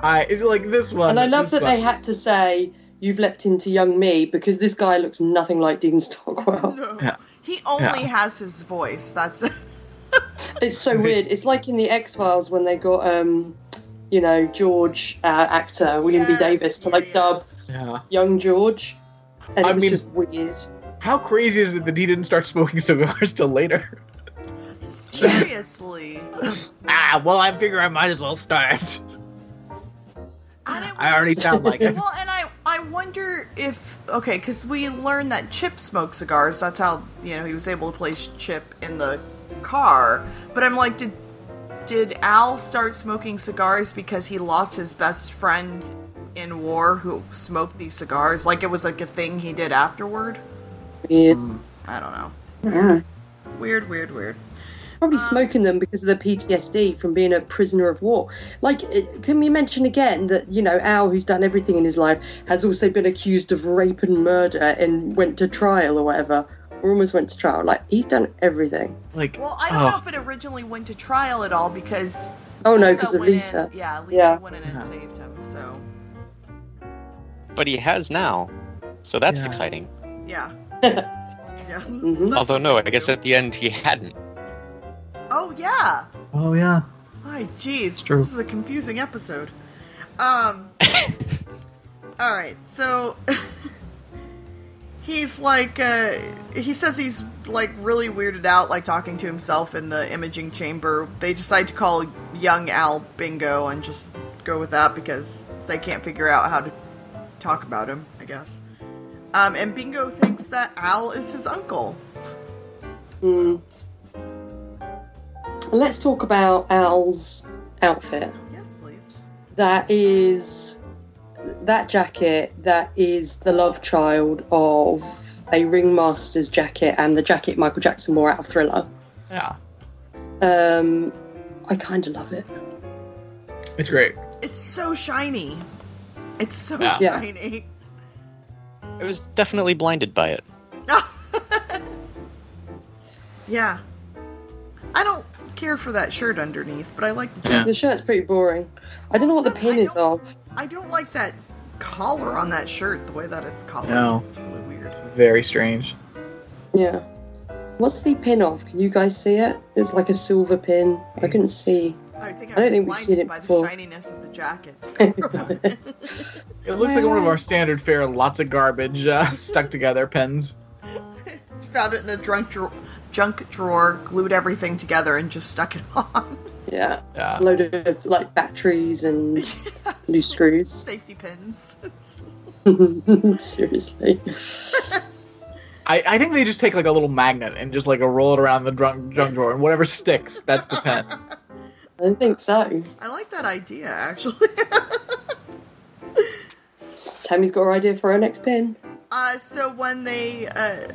Speaker 3: I it's like this one.
Speaker 1: And I love
Speaker 3: this
Speaker 1: that they
Speaker 3: one.
Speaker 1: had to say, you've leapt into young me because this guy looks nothing like Dean Stockwell.
Speaker 4: No,
Speaker 3: Yeah.
Speaker 4: he only
Speaker 3: Yeah.
Speaker 4: has his voice. That's it.
Speaker 1: It's so weird. It's like in the X Files when they got, um, you know, George uh, actor William
Speaker 4: Yes,
Speaker 1: B Davis to like
Speaker 4: yeah, yeah.
Speaker 1: dub
Speaker 3: Yeah.
Speaker 1: young George, and it
Speaker 3: I
Speaker 1: was
Speaker 3: mean-
Speaker 1: just weird.
Speaker 3: How crazy is it that he didn't start smoking cigars till later?
Speaker 4: Seriously,
Speaker 3: Ah, well, I figure I might as well start.
Speaker 4: I, didn't
Speaker 3: I already sound like it.
Speaker 4: Well, and I I wonder if okay, because we learned that Chip smoked cigars. That's how you know he was able to place Chip in the car. But I'm like, did did Al start smoking cigars because he lost his best friend in war who smoked these cigars? Like it was like a thing he did afterward.
Speaker 1: Weird.
Speaker 3: mm.
Speaker 4: I don't know. Weird, weird, weird.
Speaker 1: Probably smoking them because of the PTSD from being a prisoner of war. Like, it- can we mention again that you know Al, who's done everything in his life, has also been accused of rape and murder and went to trial or whatever, or almost went to trial. Like, he's done everything.
Speaker 3: Like,
Speaker 4: Well, I don't
Speaker 3: oh,
Speaker 4: know if it originally went to trial at all because
Speaker 1: Oh no,
Speaker 4: Lisa
Speaker 1: because of
Speaker 4: went in-
Speaker 1: Lisa.
Speaker 4: yeah, Lisa
Speaker 1: Yeah.
Speaker 4: went in and
Speaker 3: Yeah.
Speaker 4: saved him. So
Speaker 2: But he has now. So that's
Speaker 3: Yeah.
Speaker 2: exciting.
Speaker 4: Yeah. yeah.
Speaker 1: Mhm.
Speaker 2: Although, no, I guess at the end he hadn't.
Speaker 4: Oh yeah.
Speaker 3: Oh yeah.
Speaker 4: My jeez.
Speaker 3: True.
Speaker 4: This is a confusing episode. Um. all right. So he's like, uh, he says he's like really weirded out, like talking to himself in the imaging chamber. They decide to call young Al Bingo and just go with that because they can't figure out how to talk about him, I guess. Um, and Bingo thinks that Al is his uncle.
Speaker 1: Mm. Let's talk about Al's outfit.
Speaker 4: Yes, please.
Speaker 1: That is that jacket that is the love child of a ringmaster's jacket and the jacket Michael Jackson wore out of Thriller.
Speaker 3: Yeah.
Speaker 1: Um, I kind of love it.
Speaker 3: It's great.
Speaker 4: It's so shiny. It's so
Speaker 3: Yeah.
Speaker 1: Yeah.
Speaker 4: shiny.
Speaker 2: I was definitely blinded by it.
Speaker 4: yeah. I don't care for that shirt underneath, but I like the
Speaker 3: Yeah.
Speaker 1: The shirt's pretty boring. I don't know what the pin is of.
Speaker 4: I don't like that collar on that shirt, the way that it's collared.
Speaker 3: No.
Speaker 4: It's really weird.
Speaker 3: Very strange.
Speaker 1: Yeah. What's the pin of? Can you guys see it? It's like a silver pin. I couldn't see.
Speaker 4: I think I,
Speaker 1: I don't
Speaker 4: was
Speaker 1: think we've seen
Speaker 4: blinded
Speaker 1: it
Speaker 4: by
Speaker 1: before.
Speaker 4: the shininess of the jacket.
Speaker 3: It looks like one of our standard fare, lots of garbage uh, stuck together pens.
Speaker 4: Found it in the drunk drawer, junk drawer, glued everything together, and just stuck it on.
Speaker 1: Yeah.
Speaker 3: Yeah.
Speaker 1: It's a load of like batteries and loose screws.
Speaker 4: Safety pins.
Speaker 1: Seriously.
Speaker 3: I, I think they just take like a little magnet and just like roll it around the drunk junk drawer and whatever sticks, that's the pen.
Speaker 1: I don't think so.
Speaker 4: I like that idea, actually.
Speaker 1: Tammy's got her idea for her next pin.
Speaker 4: Uh, so when they, uh,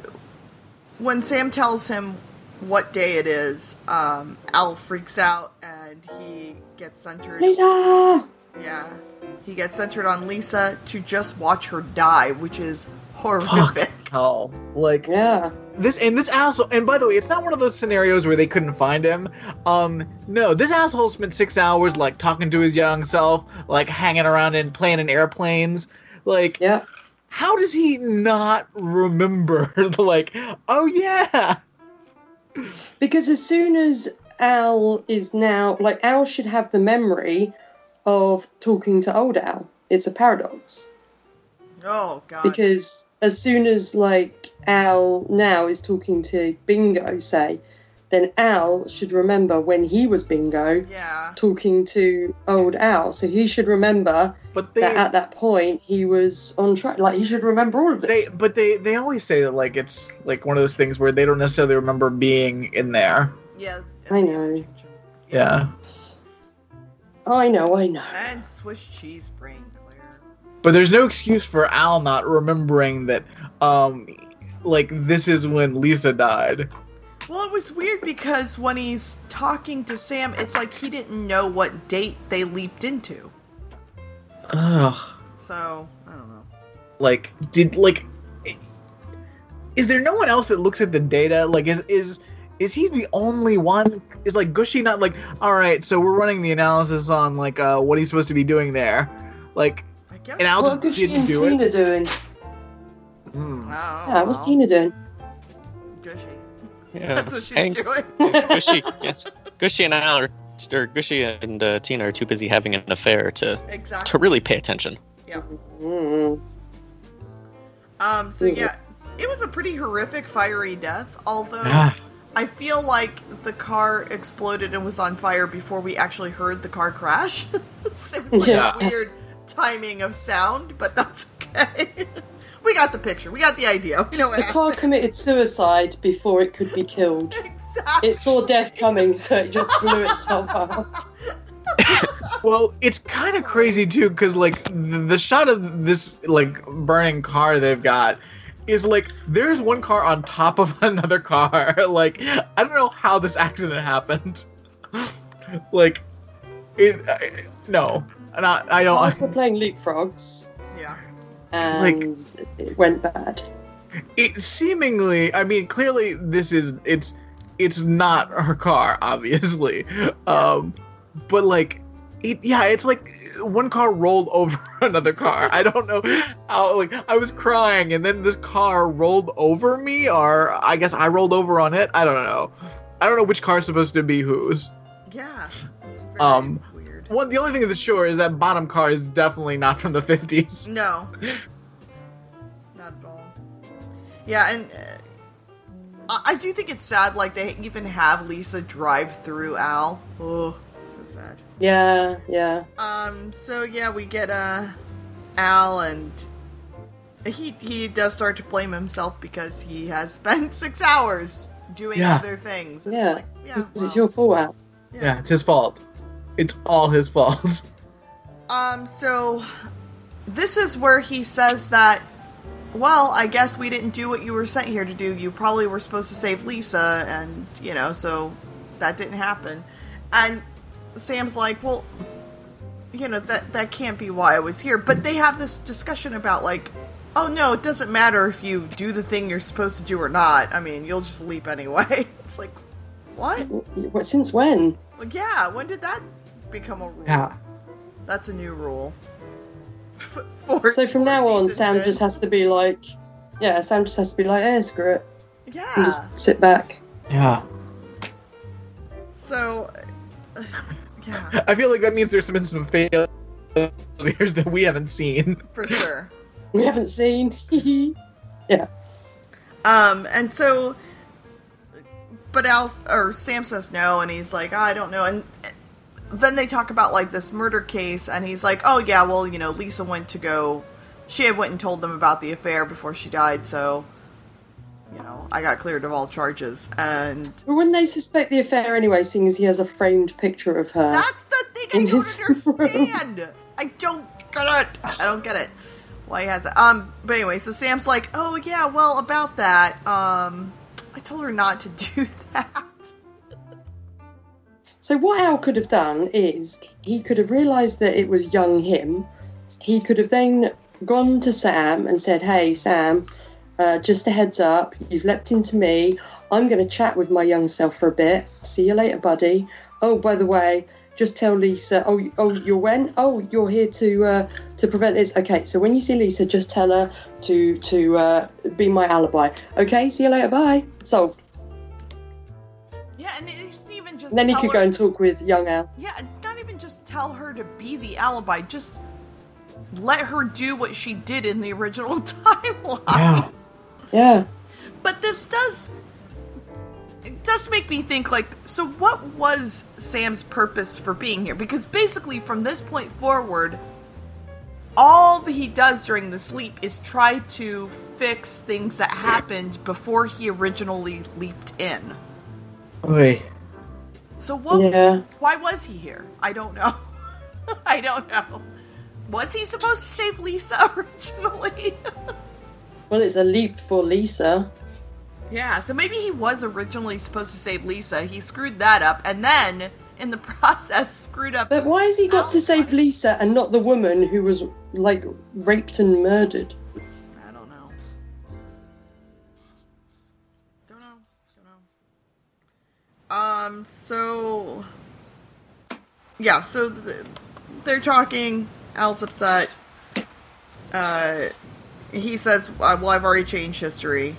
Speaker 4: when Sam tells him what day it is, um, Al freaks out and he gets centered.
Speaker 1: Lisa!
Speaker 4: Yeah. He gets centered on Lisa to just watch her die, which is horrific.
Speaker 3: hell. Like
Speaker 1: Yeah.
Speaker 3: this and this asshole and by the way, it's not one of those scenarios where they couldn't find him. Um, no, this asshole spent six hours like talking to his young self, like hanging around and playing in airplanes. Like
Speaker 1: Yeah.
Speaker 3: how does he not remember like, oh yeah.
Speaker 1: Because as soon as Al is now, like, Al should have the memory of talking to old Al. It's a paradox.
Speaker 4: Oh, God.
Speaker 1: Because as soon as, like, Al now is talking to Bingo, say, then Al should remember when he was Bingo
Speaker 4: yeah.
Speaker 1: talking to old Al. So he should remember
Speaker 3: But they
Speaker 1: that at that point he was on track. Like, he should remember all of this.
Speaker 3: they but they they always say that like it's like one of those things where they don't necessarily remember being in there.
Speaker 4: Yeah.
Speaker 1: I know.
Speaker 3: Yeah.
Speaker 1: I know, I know.
Speaker 4: And Swiss cheese brain, Claire.
Speaker 3: But there's no excuse for Al not remembering that um like this is when Lisa died.
Speaker 4: Well, it was weird because when he's talking to Sam, it's like he didn't know what date they leaped into.
Speaker 3: Ugh.
Speaker 4: So, I don't know.
Speaker 3: Like did like is there no one else that looks at the data? Like is is is he the only one? Is like Gushy not like all right? So we're running the analysis on like uh, what he's supposed to be doing there, like
Speaker 4: I guess.
Speaker 3: and Al
Speaker 1: What
Speaker 3: just
Speaker 1: was she
Speaker 3: didn't
Speaker 1: and
Speaker 3: do
Speaker 1: Tina
Speaker 3: it.
Speaker 1: doing?
Speaker 3: Hmm.
Speaker 4: I don't
Speaker 1: Yeah, what's
Speaker 4: know.
Speaker 1: Tina doing?
Speaker 4: Oh, Gushy.
Speaker 2: Yeah.
Speaker 4: That's what she's
Speaker 2: Ang-
Speaker 4: doing.
Speaker 2: Gushy, yes. Gushy and Al are, or Gushy and uh, Tina are too busy having an affair to
Speaker 4: Exactly.
Speaker 2: to really pay attention.
Speaker 1: Mm.
Speaker 4: Um, so
Speaker 1: Mhm.
Speaker 4: yeah, it was a pretty horrific fiery death, although
Speaker 3: Ah,
Speaker 4: I feel like the car exploded and was on fire before we actually heard the car crash. it was like
Speaker 3: Yeah.
Speaker 4: a weird timing of sound, but that's okay. we got the picture. We got the idea. We know what
Speaker 1: The car committed suicide before it could be killed.
Speaker 4: happened. Exactly.
Speaker 1: It saw death coming, so it just blew itself up.
Speaker 3: Well, it's kind of crazy too, because like the, the shot of this like burning car they've got is like there's one car on top of another car. like I don't know how this accident happened. like, it, I- no, not I don't.
Speaker 1: Whilst we're playing leapfrogs,
Speaker 4: Yeah.
Speaker 1: and it went bad.
Speaker 3: it seemingly i mean clearly this is it's it's not her car obviously um but like it, yeah it's like one car rolled over another car i don't know how like i was crying and then this car rolled over me or i guess i rolled over on it i don't know i don't know which car's supposed to be whose
Speaker 4: Yeah. It's very
Speaker 3: Um,
Speaker 4: weird.
Speaker 3: one the only thing that's sure is that bottom car is definitely not from the 50s
Speaker 4: No. Not at all. Yeah, and uh, I-, I do think it's sad, like, they even have Lisa drive through Al. Oh, so sad.
Speaker 1: Yeah, yeah.
Speaker 4: Um, so yeah, we get, uh, Al and. He, he does start to blame himself because he has spent six hours doing
Speaker 3: Yeah.
Speaker 4: other things. And
Speaker 1: Yeah.
Speaker 4: It's like, yeah,
Speaker 1: This is
Speaker 4: well,
Speaker 1: your fallout.
Speaker 3: yeah it's his fault it's all his fault
Speaker 4: Um, so this is where he says that, well, I guess we didn't do what you were sent here to do. You probably were supposed to save Lisa, and, you know, so that didn't happen. And Sam's like, well, you know, that, that can't be why I was here. But they have this discussion about, like, oh no, it doesn't matter if you do the thing you're supposed to do or not. I mean, you'll just leap anyway. It's like, what?
Speaker 1: Well, Since when?
Speaker 4: Well, yeah, when did that become a rule?
Speaker 3: yeah
Speaker 4: That's a new rule. For,
Speaker 1: So from
Speaker 4: for
Speaker 1: now on,
Speaker 4: season
Speaker 1: Sam
Speaker 4: ten.
Speaker 1: just has to be like, yeah, Sam just has to be like, eh, screw it,
Speaker 4: yeah.
Speaker 1: and just sit back.
Speaker 3: yeah
Speaker 4: So uh, yeah,
Speaker 3: I feel like that means there's been some failures that we haven't seen.
Speaker 4: for sure.
Speaker 1: We haven't seen.
Speaker 4: Um, and so, but Al or Sam says no, and he's like, "Oh, I don't know. And then they talk about like this murder case, and he's like, Oh yeah, well you know Lisa went to go, she had went and told them about the affair before she died, so you know I got cleared of all charges. And
Speaker 1: but wouldn't they suspect the affair anyway, seeing as he has a framed picture of her?
Speaker 4: That's the thing I
Speaker 1: In
Speaker 4: don't
Speaker 1: his room.
Speaker 4: understand. I don't get it. I don't get it. Why he has it? Um. But anyway, so Sam's like, "Oh yeah, well about that. Um, I told her not to do that.
Speaker 1: So what Al could have done is he could have realised that it was young him. He could have then gone to Sam and said, "Hey, Sam, uh, just a heads up. You've leapt into me. I'm going to chat with my young self for a bit. See you later, buddy. Oh, by the way." Just tell Lisa. Oh, you- oh, you're when? Oh, you're here to uh, to prevent this. Okay, so when you see Lisa, just tell her to to uh, be my alibi. Okay, see you later. Bye. Solved.
Speaker 4: Yeah, and it's even just
Speaker 1: And then he
Speaker 4: tell
Speaker 1: could
Speaker 4: her-
Speaker 1: go and talk with young Al.
Speaker 4: Yeah, not even just tell her to be the alibi. Just let her do what she did in the original timeline.
Speaker 3: Yeah.
Speaker 1: Yeah.
Speaker 4: But this does it does make me think like so what was Sam's purpose for being here? Because basically from this point forward all that he does during the sleep is try to fix things that happened before he originally leaped in.
Speaker 3: Oy.
Speaker 4: So what
Speaker 1: Yeah.
Speaker 4: why was he here? I don't know. I don't know. Was he supposed to save Lisa originally?
Speaker 1: Well, it's a leap for Lisa.
Speaker 4: yeah, so maybe he was originally supposed to save Lisa. He screwed that up and then in the process screwed up
Speaker 1: But why has he got to save Lisa and not the woman who was like raped and murdered?
Speaker 4: I don't know. Don't know. Don't know. Um. So. Yeah. So th- they're talking. Al's upset. Uh, he says, uh, "Well, I've already changed history,"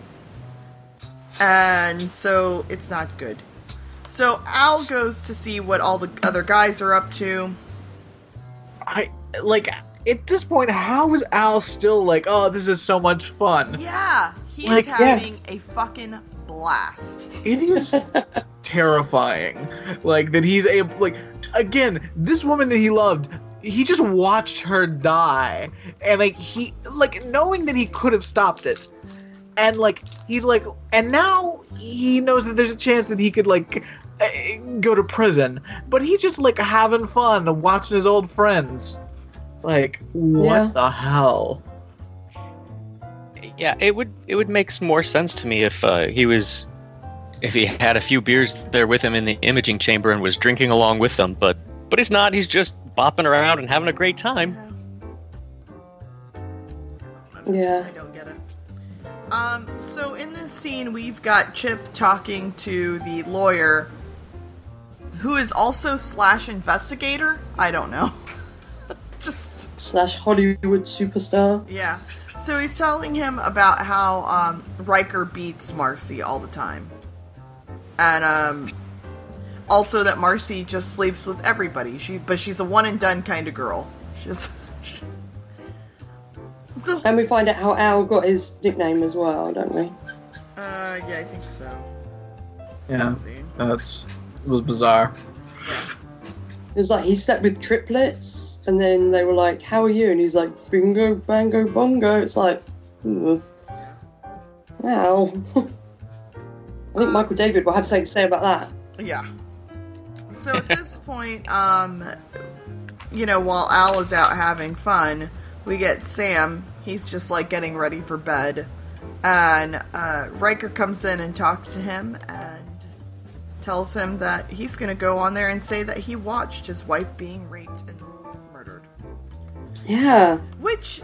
Speaker 4: and so it's not good. So Al goes to see what all the other guys are up to.
Speaker 3: I like at this point, how is Al still like, oh, this is so much fun?
Speaker 4: Yeah, he's
Speaker 3: Like, yeah.
Speaker 4: having a fucking blast.
Speaker 3: It is terrifying. Like that he's able like again, this woman that he loved, he just watched her die. And like he like knowing that he could have stopped it. And like he's like and now he knows that there's a chance that he could like eh, go to prison, but he's just like having fun and watching his old friends. Like what
Speaker 1: Yeah.
Speaker 3: the hell?
Speaker 2: Yeah, it would it would make more sense to me if uh, he was if he had a few beers there with him in the imaging chamber and was drinking along with them, but but he's not. He's just bopping around and having a great time.
Speaker 1: Yeah.
Speaker 4: I don't get it. Um, so in this scene, we've got Chip talking to the lawyer, who is also slash investigator. I don't know. Just
Speaker 1: Slash Hollywood superstar.
Speaker 4: yeah. So he's telling him about how um, Riker beats Marcy all the time, and um, also that Marcy just sleeps with everybody. She but she's a one and done kind of girl. She's the
Speaker 1: And we find out how Al got his nickname as well, don't we?
Speaker 4: Uh, yeah, I think so.
Speaker 3: Yeah.
Speaker 4: Let's see.
Speaker 3: That's it was bizarre.
Speaker 1: It was like he slept with triplets, and then they were like, "How are you?" And he's like, "Bingo, bango, bongo." It's like, "Ooh. Al. I think Michael David will have something to say about that.
Speaker 4: Yeah. So at this point, um, you know, while Al is out having fun, we get Sam. He's just like getting ready for bed, and uh, Riker comes in and talks to him and tells him that he's gonna go on there and say that he watched his wife being raped and murdered.
Speaker 1: Yeah,
Speaker 4: Which,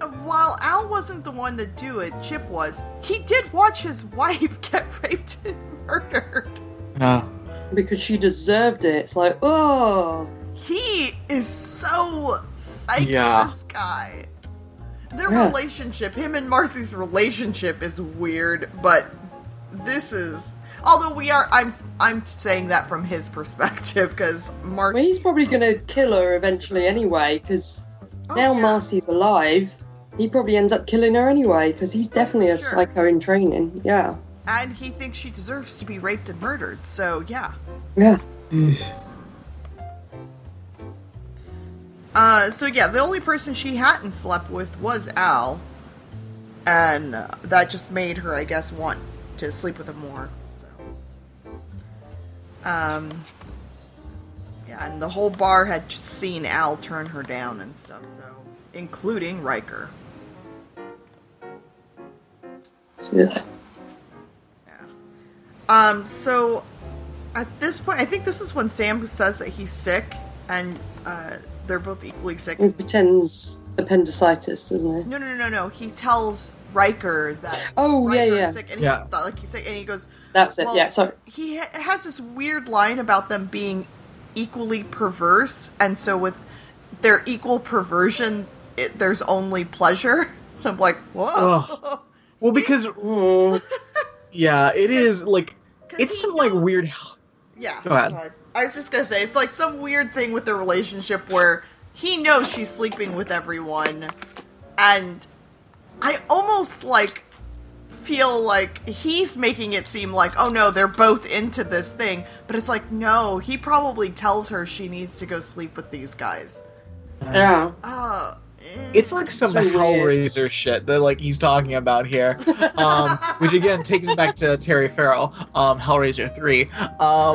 Speaker 4: uh, while Al wasn't the one to do it, Chip was. He did watch his wife get raped and murdered.
Speaker 3: Yeah.
Speaker 1: because she deserved it. It's like, oh,
Speaker 4: He is so psycho.
Speaker 3: Yeah.
Speaker 4: This guy. Their
Speaker 1: Yeah.
Speaker 4: relationship, him and Marcy's relationship, is weird. But this is, although we are, I'm, I'm saying that from his perspective because
Speaker 1: I mean,
Speaker 4: Marcy.
Speaker 1: he's probably going to kill her eventually anyway, because
Speaker 4: Oh,
Speaker 1: now
Speaker 4: yeah.
Speaker 1: Marcy's alive. He probably ends up killing her anyway, because he's definitely a
Speaker 4: Sure.
Speaker 1: psycho in training. Yeah.
Speaker 4: and he thinks she deserves to be raped and murdered. So yeah.
Speaker 1: Yeah.
Speaker 4: Uh, so yeah, the only person she hadn't slept with was Al, and uh, that just made her, I guess, want to sleep with him more. So, um, yeah, and the whole bar had just seen Al turn her down and stuff. So, including Riker.
Speaker 1: Ugh.
Speaker 4: Yeah. Um, so at this point, I think this is when Sam says that he's sick, and uh, they're both equally sick.
Speaker 1: He pretends appendicitis, doesn't he?
Speaker 4: No, no, no, no, no. He tells Riker that.
Speaker 1: Oh,
Speaker 4: Riker
Speaker 1: yeah,
Speaker 4: is
Speaker 1: yeah.
Speaker 4: Sick, and
Speaker 3: Yeah.
Speaker 4: he thought, like he's sick, and he goes.
Speaker 1: That's it.
Speaker 4: Well-
Speaker 1: yeah, sorry.
Speaker 4: He ha- has this weird line about them being equally perverse, and so with their equal perversion, it, there's only pleasure. I'm like,
Speaker 3: Ugh.
Speaker 4: whoa.
Speaker 3: Well, because
Speaker 1: Mm.
Speaker 3: yeah, it is like
Speaker 4: 'Cause
Speaker 3: it's
Speaker 4: he
Speaker 3: some like
Speaker 4: knows-
Speaker 3: weird.
Speaker 4: Yeah.
Speaker 3: Go ahead.
Speaker 4: I was just gonna say it's like some weird thing with the relationship where he knows she's sleeping with everyone, and I almost like feel like he's making it seem like oh no they're both into this thing, but it's like no he probably tells her she needs to go sleep with these guys.
Speaker 1: Yeah.
Speaker 4: Oh, eh.
Speaker 3: It's like some
Speaker 1: So weird.
Speaker 3: Hellraiser shit that like he's talking about here, um, which again takes us back to Terry Farrell, um, Hellraiser three. Um,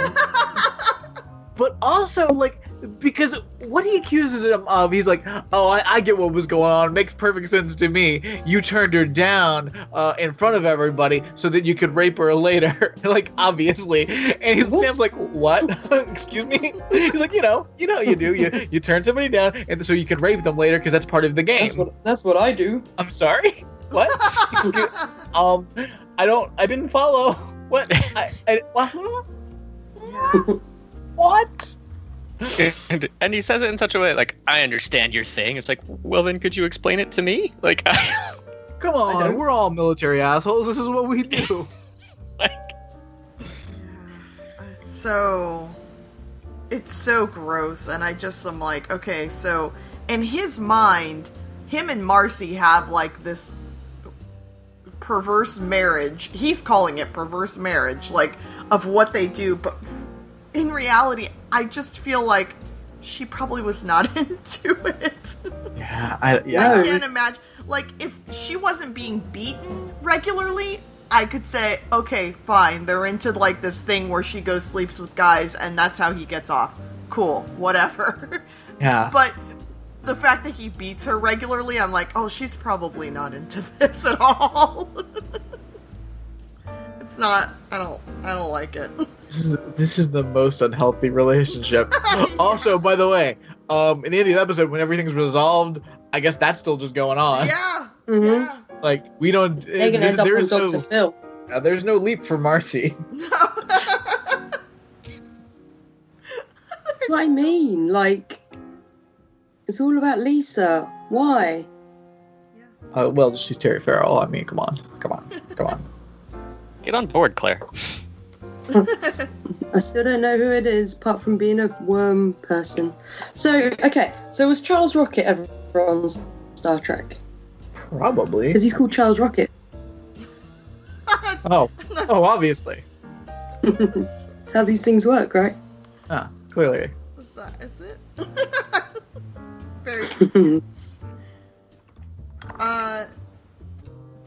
Speaker 3: but also like because what he accuses him of, he's like, "Oh, I, I get what was going on. Makes perfect sense to me. You turned her down uh, in front of everybody so that you could rape her later, like obviously." And he's
Speaker 1: What?
Speaker 3: Sam's like, "What? Excuse me?" He's like, "You know, you know, you do. You you turn somebody down, and so you can rape them later because that's part of the game."
Speaker 1: That's what that's what I do.
Speaker 3: I'm sorry. What? Excuse- um, I don't. I didn't follow. What? I, I, what? What?
Speaker 2: and, and he says it in such a way like I understand your thing. It's like, well, then could you explain it to me? Like, I,
Speaker 3: Come
Speaker 1: I
Speaker 3: on,
Speaker 1: don't-
Speaker 3: we're all military assholes. This is what we do.
Speaker 2: like
Speaker 4: It's so it's so gross and i just am like okay so in his mind him and marcy have like this perverse marriage he's calling it perverse marriage like of what they do but in reality i just feel like she probably was not into it
Speaker 3: Yeah, I,
Speaker 1: yeah.
Speaker 4: I can't imagine. Like, if she wasn't being beaten regularly, I could say, okay, fine. They're into like this thing where she goes sleeps with guys, and that's how he gets off. Cool, whatever.
Speaker 3: yeah.
Speaker 4: but the fact that he beats her regularly, I'm like, oh, she's probably not into this at all. it's not. I don't. I don't like it.
Speaker 3: This is, this is the most unhealthy relationship. also, by the way, um, in the end of the episode, when everything's resolved, I guess that's still just going on.
Speaker 4: yeah.
Speaker 1: Mm-hmm.
Speaker 4: Yeah.
Speaker 3: Like we don't.
Speaker 1: They're gonna
Speaker 3: this-
Speaker 1: end up on
Speaker 3: there's
Speaker 1: Doctor
Speaker 3: no.
Speaker 1: Phil.
Speaker 3: uh, there's no leap for Marcy.
Speaker 4: No.
Speaker 1: What I mean, like, it's all about Lisa. Why?
Speaker 3: Uh, well, she's Terry Farrell. I mean, come on, come on, come on.
Speaker 2: get on board, Claire.
Speaker 1: I still don't know who it is, apart from being a worm person. So, okay, so was Charles Rocket ever on Star Trek?
Speaker 3: Probably.
Speaker 1: Because he's called Charles Rocket.
Speaker 3: Oh, oh, obviously.
Speaker 1: That's how these things work, right?
Speaker 3: Ah, clearly.
Speaker 4: Is that is it? Very uh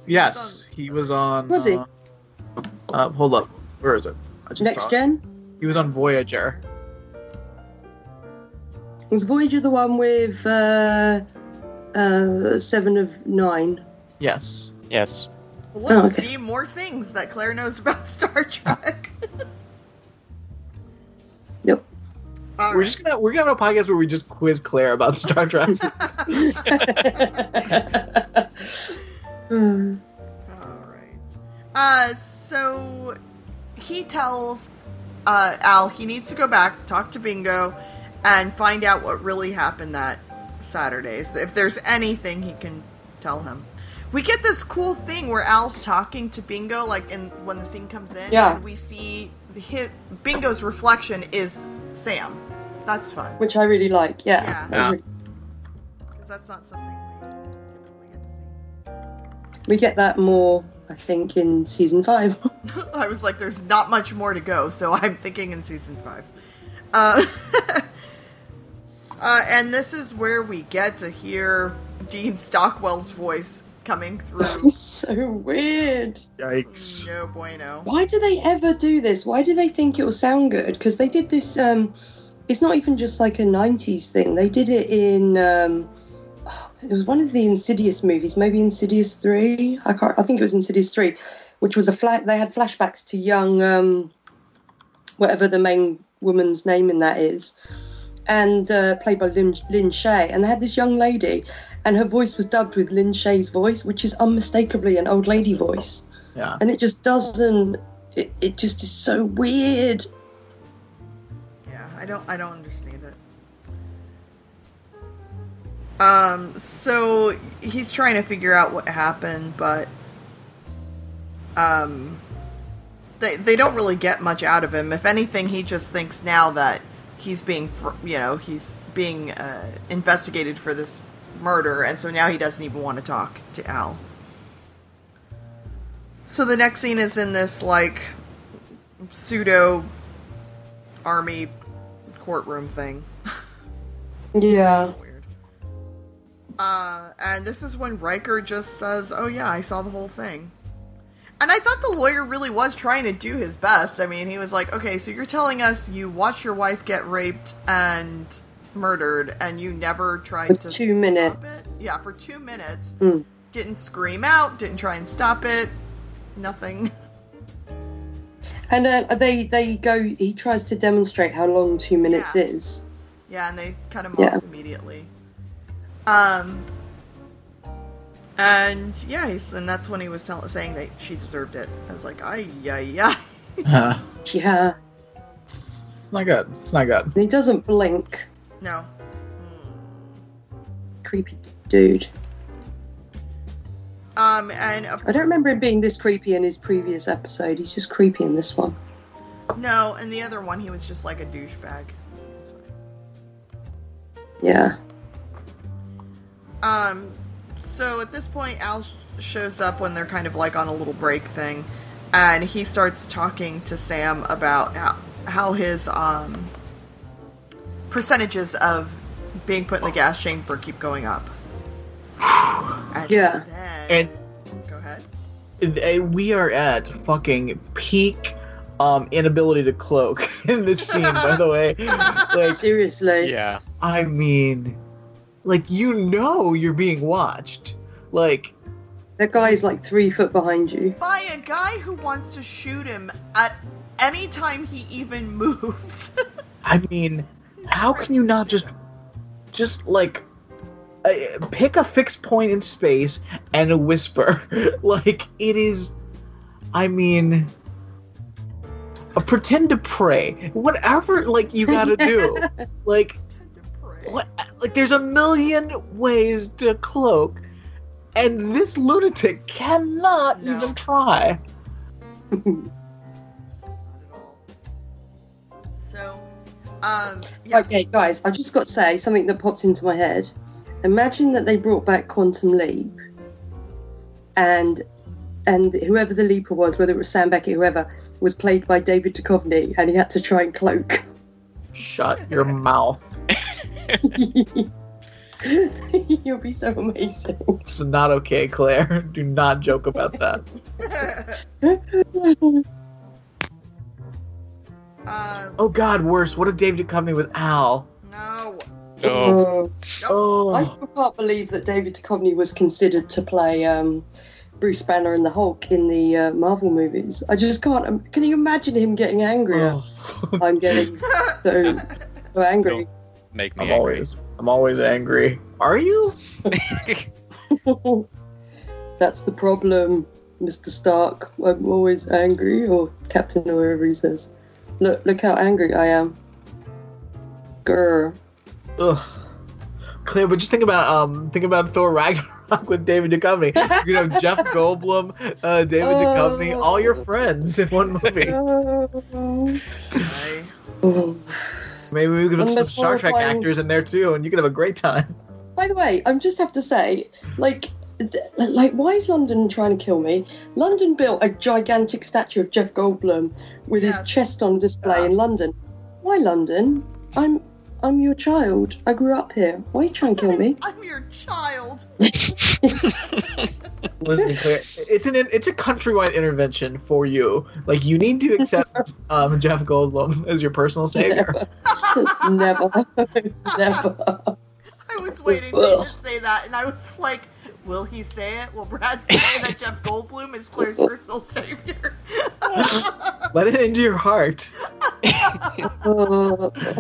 Speaker 3: Yes, he was on.
Speaker 1: Was he?
Speaker 3: Uh, uh, hold up, where is it? I just saw
Speaker 1: Next
Speaker 3: it.
Speaker 1: Gen?
Speaker 3: He was on Voyager.
Speaker 1: Was Voyager the one with uh, uh, Seven of Nine?
Speaker 3: Yes.
Speaker 2: Yes.
Speaker 4: Look,
Speaker 1: Oh, okay.
Speaker 4: see more things that Claire knows about Star Trek.
Speaker 1: Yep.
Speaker 4: All
Speaker 3: We're
Speaker 4: right.
Speaker 3: just gonna we're gonna have a podcast where we just quiz Claire about Star Trek.
Speaker 1: Uh,
Speaker 4: All right. Uh, so he tells uh, Al he needs to go back, talk to Bingo, and find out what really happened that Saturday. So If there's anything he can tell him. We get this cool thing where Al's talking to Bingo, like, and when the scene comes in,
Speaker 1: Yeah.
Speaker 4: and we see his, Bingo's reflection is Sam. That's fun.
Speaker 1: which I really like, yeah.
Speaker 4: Yeah.
Speaker 3: Yeah.
Speaker 4: Because that's not something we typically get to see.
Speaker 1: We get that more, I think, in season five.
Speaker 4: I was like, there's not much more to go, so I'm thinking in season five. Uh, uh, and this is where we get to hear Dean Stockwell's voice coming through.
Speaker 1: It's so weird.
Speaker 3: Yikes.
Speaker 4: no bueno.
Speaker 1: Why do they ever do this? Why do they think it will sound good? Because they did this. Um, it's not even just like a '90s thing. They did it in. Um, it was one of the Insidious movies, maybe Insidious Three. I can't. I think it was Insidious Three, which was a flat. They had flashbacks to young, um, whatever the main woman's name in that is, and uh, played by Lin, Lin Shay. And they had this young lady, and her voice was dubbed with Lin Shay's voice, which is unmistakably an old lady voice.
Speaker 3: Yeah.
Speaker 1: And it just doesn't. It, it just is so weird.
Speaker 4: Yeah, I don't I don't understand it. Um so he's trying to figure out what happened, but um they they don't really get much out of him. If anything, he just thinks now that he's being fr- you know, he's being uh, investigated for this murder and so now he doesn't even want to talk to Al. So the next scene is in this like pseudo army courtroom thing.
Speaker 1: Yeah.
Speaker 4: Weird. Uh, and this is when Riker just says, "Oh yeah, I saw the whole thing." And I thought the lawyer really was trying to do his best. I mean, he was like, "Okay, so you're telling us you watched your wife get raped and murdered, and you never tried
Speaker 1: For
Speaker 4: to
Speaker 1: two
Speaker 4: stop
Speaker 1: minutes.
Speaker 4: it?" Yeah, for two minutes,
Speaker 1: Mm.
Speaker 4: didn't scream out, didn't try and stop it, nothing.
Speaker 1: And uh, they they go. He tries to demonstrate how long two minutes
Speaker 4: Yeah.
Speaker 1: is.
Speaker 4: Yeah, and they cut him
Speaker 1: Yeah.
Speaker 4: off immediately. Um, and yeah, he's, and that's when he was tell- saying that she deserved it. I was like, ay, yeah,
Speaker 3: Huh.
Speaker 4: yeah.
Speaker 1: Yeah,
Speaker 3: Uh, It's not good. It's not good.
Speaker 1: and he doesn't blink.
Speaker 4: no. Mm.
Speaker 1: Creepy dude.
Speaker 4: Um, and of
Speaker 1: I don't
Speaker 4: course-
Speaker 1: remember him being this creepy in his previous episode. He's just creepy in this one.
Speaker 4: No, and the other one, he was just like a douchebag. It was fine.
Speaker 1: Yeah.
Speaker 4: Um, so at this point, Al sh- shows up when they're kind of like on a little break thing, and he starts talking to Sam about how, how his um, percentages of being put in the gas chamber keep going up. And
Speaker 1: Yeah.
Speaker 4: Then, go ahead.
Speaker 3: Eh, We are at fucking peak um inability to cloak in this scene. by the way, like
Speaker 1: Seriously.
Speaker 2: Yeah.
Speaker 3: I mean, like you know you're being watched. Like
Speaker 1: That guy's like three foot behind you.
Speaker 4: By a guy who wants to shoot him at any time he even moves.
Speaker 3: I mean, how can you not just just like uh, pick a fixed point in space and whisper? like it is. I mean. uh, Pretend to pray, whatever like you gotta do. like
Speaker 4: Tend to pray.
Speaker 3: what like there's a million ways to cloak and this lunatic cannot
Speaker 4: No.
Speaker 3: even try
Speaker 4: Not at all. So, um, yeah.
Speaker 1: Okay, guys, I've just got to say something that popped into my head. Imagine that they brought back Quantum Leap, and and whoever the leaper was, whether it was Sam Beckett, whoever, was played by David Duchovny, and he had to try and cloak.
Speaker 3: shut your mouth
Speaker 1: You'll be so amazing.
Speaker 3: it's not okay claire do not joke about that
Speaker 4: um,
Speaker 3: oh god worse what if david Duchovny with al
Speaker 4: no.
Speaker 2: Oh.
Speaker 1: I
Speaker 3: oh
Speaker 1: still can't believe that David Duchovny was considered to play um, Bruce Banner and the Hulk in the uh, Marvel movies. I just can't. Um, can you imagine him getting angrier?
Speaker 3: Oh.
Speaker 1: I'm getting so so angry.
Speaker 2: Make me
Speaker 3: i'm
Speaker 2: angry.
Speaker 3: always i'm always angry are you
Speaker 1: That's the problem, Mr. Stark. I'm always angry, or Captain, or whoever he says. Look, look how angry I am. Grr.
Speaker 3: Ugh. Claire, but just think about um, think about Thor Ragnarok with David Duchovny. You know Jeff Goldblum, uh, David Duchovny, all your friends in one movie.
Speaker 1: Oh.
Speaker 4: Okay.
Speaker 3: Maybe we could
Speaker 1: And
Speaker 3: put some
Speaker 1: the
Speaker 3: Star Trek
Speaker 1: horrifying-
Speaker 3: actors in there too, and you could have a great time.
Speaker 1: By the way, I just have to say, like, th- like, why is London trying to kill me? London built a gigantic statue of Jeff Goldblum with
Speaker 4: Yes.
Speaker 1: his chest on display in London. Why, London? I'm, I'm your child. I grew up here. Why are you trying to kill me?
Speaker 4: I'm your child.
Speaker 3: Listen, Claire, it's an it's a countrywide intervention for you. Like you need to accept um, Jeff Goldblum as your personal savior.
Speaker 1: never, never.
Speaker 4: I was waiting for you to say that, and I was like, Will he say it? Will Brad say that Jeff Goldblum is Claire's personal savior?
Speaker 3: Let it into your heart.
Speaker 4: Alright,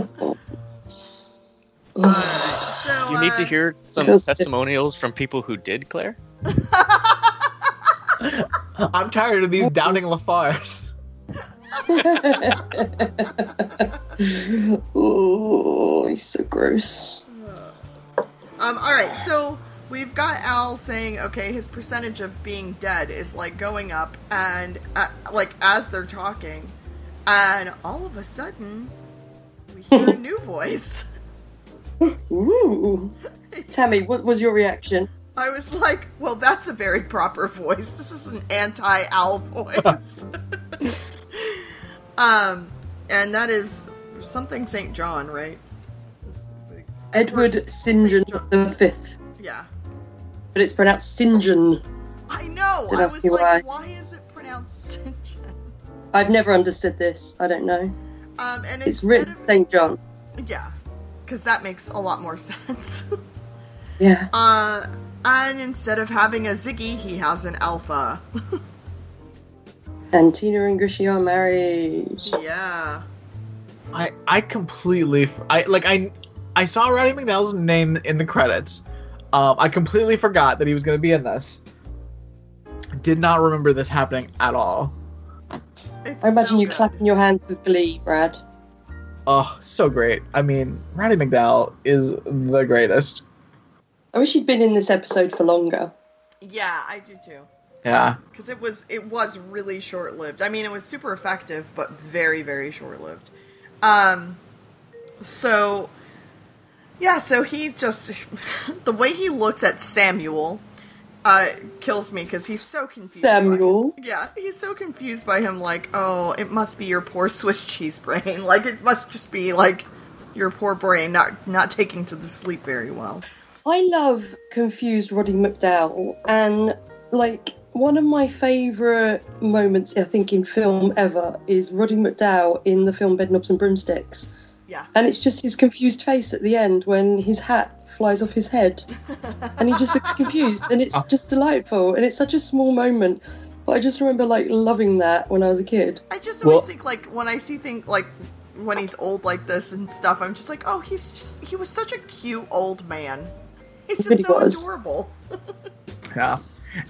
Speaker 4: so,
Speaker 2: You need to
Speaker 4: uh,
Speaker 2: hear some
Speaker 1: Because-
Speaker 2: testimonials from people who did Claire.
Speaker 3: I'm tired of these downing Lafars.
Speaker 1: oh, he's so gross.
Speaker 4: Um, all right, so we've got Al saying, okay, his percentage of being dead is like going up, and uh, like as they're talking, and all of a sudden, we hear a new voice.
Speaker 1: Ooh. Tammy, what was your reaction?
Speaker 4: I was like, well, that's a very proper voice. This is an anti Al voice. um, and that is something St. John, right?
Speaker 1: Edward St. John the Fifth,
Speaker 4: Yeah.
Speaker 1: but it's pronounced St. John.
Speaker 4: I know.
Speaker 1: Did
Speaker 4: I
Speaker 1: ask
Speaker 4: was
Speaker 1: you
Speaker 4: like, why is it pronounced St. John?
Speaker 1: I've never understood this. I don't know.
Speaker 4: Um, and
Speaker 1: It's
Speaker 4: instead
Speaker 1: written
Speaker 4: of-
Speaker 1: St. John.
Speaker 4: Yeah, because that makes a lot more sense.
Speaker 1: Yeah.
Speaker 4: uh, and instead of having a Ziggy, he has an Alpha.
Speaker 1: And Tina and Grishy are married.
Speaker 4: yeah.
Speaker 3: I I completely f- I like I I saw Roddy McNeil's name in the credits. Um, I completely forgot that he was going to be in this. Did not remember this happening at all.
Speaker 4: It's
Speaker 1: I imagine
Speaker 4: so
Speaker 1: you
Speaker 4: good.
Speaker 1: clapping your hands with glee, Brad.
Speaker 3: Oh, so great. I mean, Roddy McDowell is the greatest.
Speaker 1: I wish he'd been in this episode for longer.
Speaker 4: Yeah, I do too.
Speaker 3: Yeah.
Speaker 4: Because it was it was really short lived. I mean, it was super effective, but very very short lived. Um, so yeah, so he just the way he looks at Samuel uh, kills me because he's so confused. by him.
Speaker 1: Samuel?
Speaker 4: yeah, he's so confused by him. Like, oh, it must be your poor Swiss cheese brain. Like, it must just be like your poor brain not not taking to the sleep very well.
Speaker 1: I love confused Roddy McDowell, and like one of my favourite moments I think in film ever is Roddy McDowell in the film Bedknobs and Broomsticks,
Speaker 4: Yeah,
Speaker 1: and it's just his confused face at the end when his hat flies off his head, and he just looks confused, and it's just delightful, and it's such a small moment, but I just remember like loving that when I was a kid.
Speaker 4: I just always
Speaker 3: Well-
Speaker 4: think like when I see things like when he's old like this and stuff, I'm just like, oh, he's just he was such a cute old man. He's just
Speaker 1: Really
Speaker 4: so
Speaker 1: was.
Speaker 4: adorable.
Speaker 3: Yeah.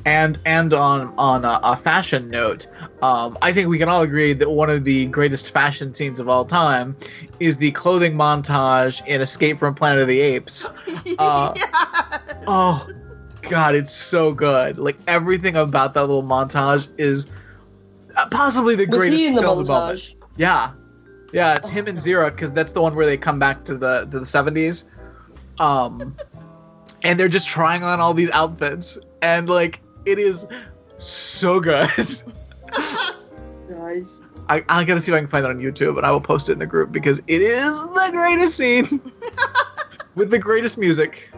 Speaker 3: And and on on a, a fashion note, um, I think we can all agree that one of the greatest fashion scenes of all time is the clothing montage in Escape from Planet of the Apes. Uh,
Speaker 4: yeah.
Speaker 3: Oh god, it's so good. Like everything about that little montage is uh, possibly the
Speaker 1: Was
Speaker 3: greatest
Speaker 1: he in the
Speaker 3: film
Speaker 1: montage?
Speaker 3: moment. Yeah, yeah, it's him and Zira because that's the one where they come back to the to the seventies, um, and they're just trying on all these outfits, and like it is so good.
Speaker 1: Nice.
Speaker 3: I, I gotta see if I can find that on YouTube, and I will post it in the group because it is the greatest scene with the greatest music.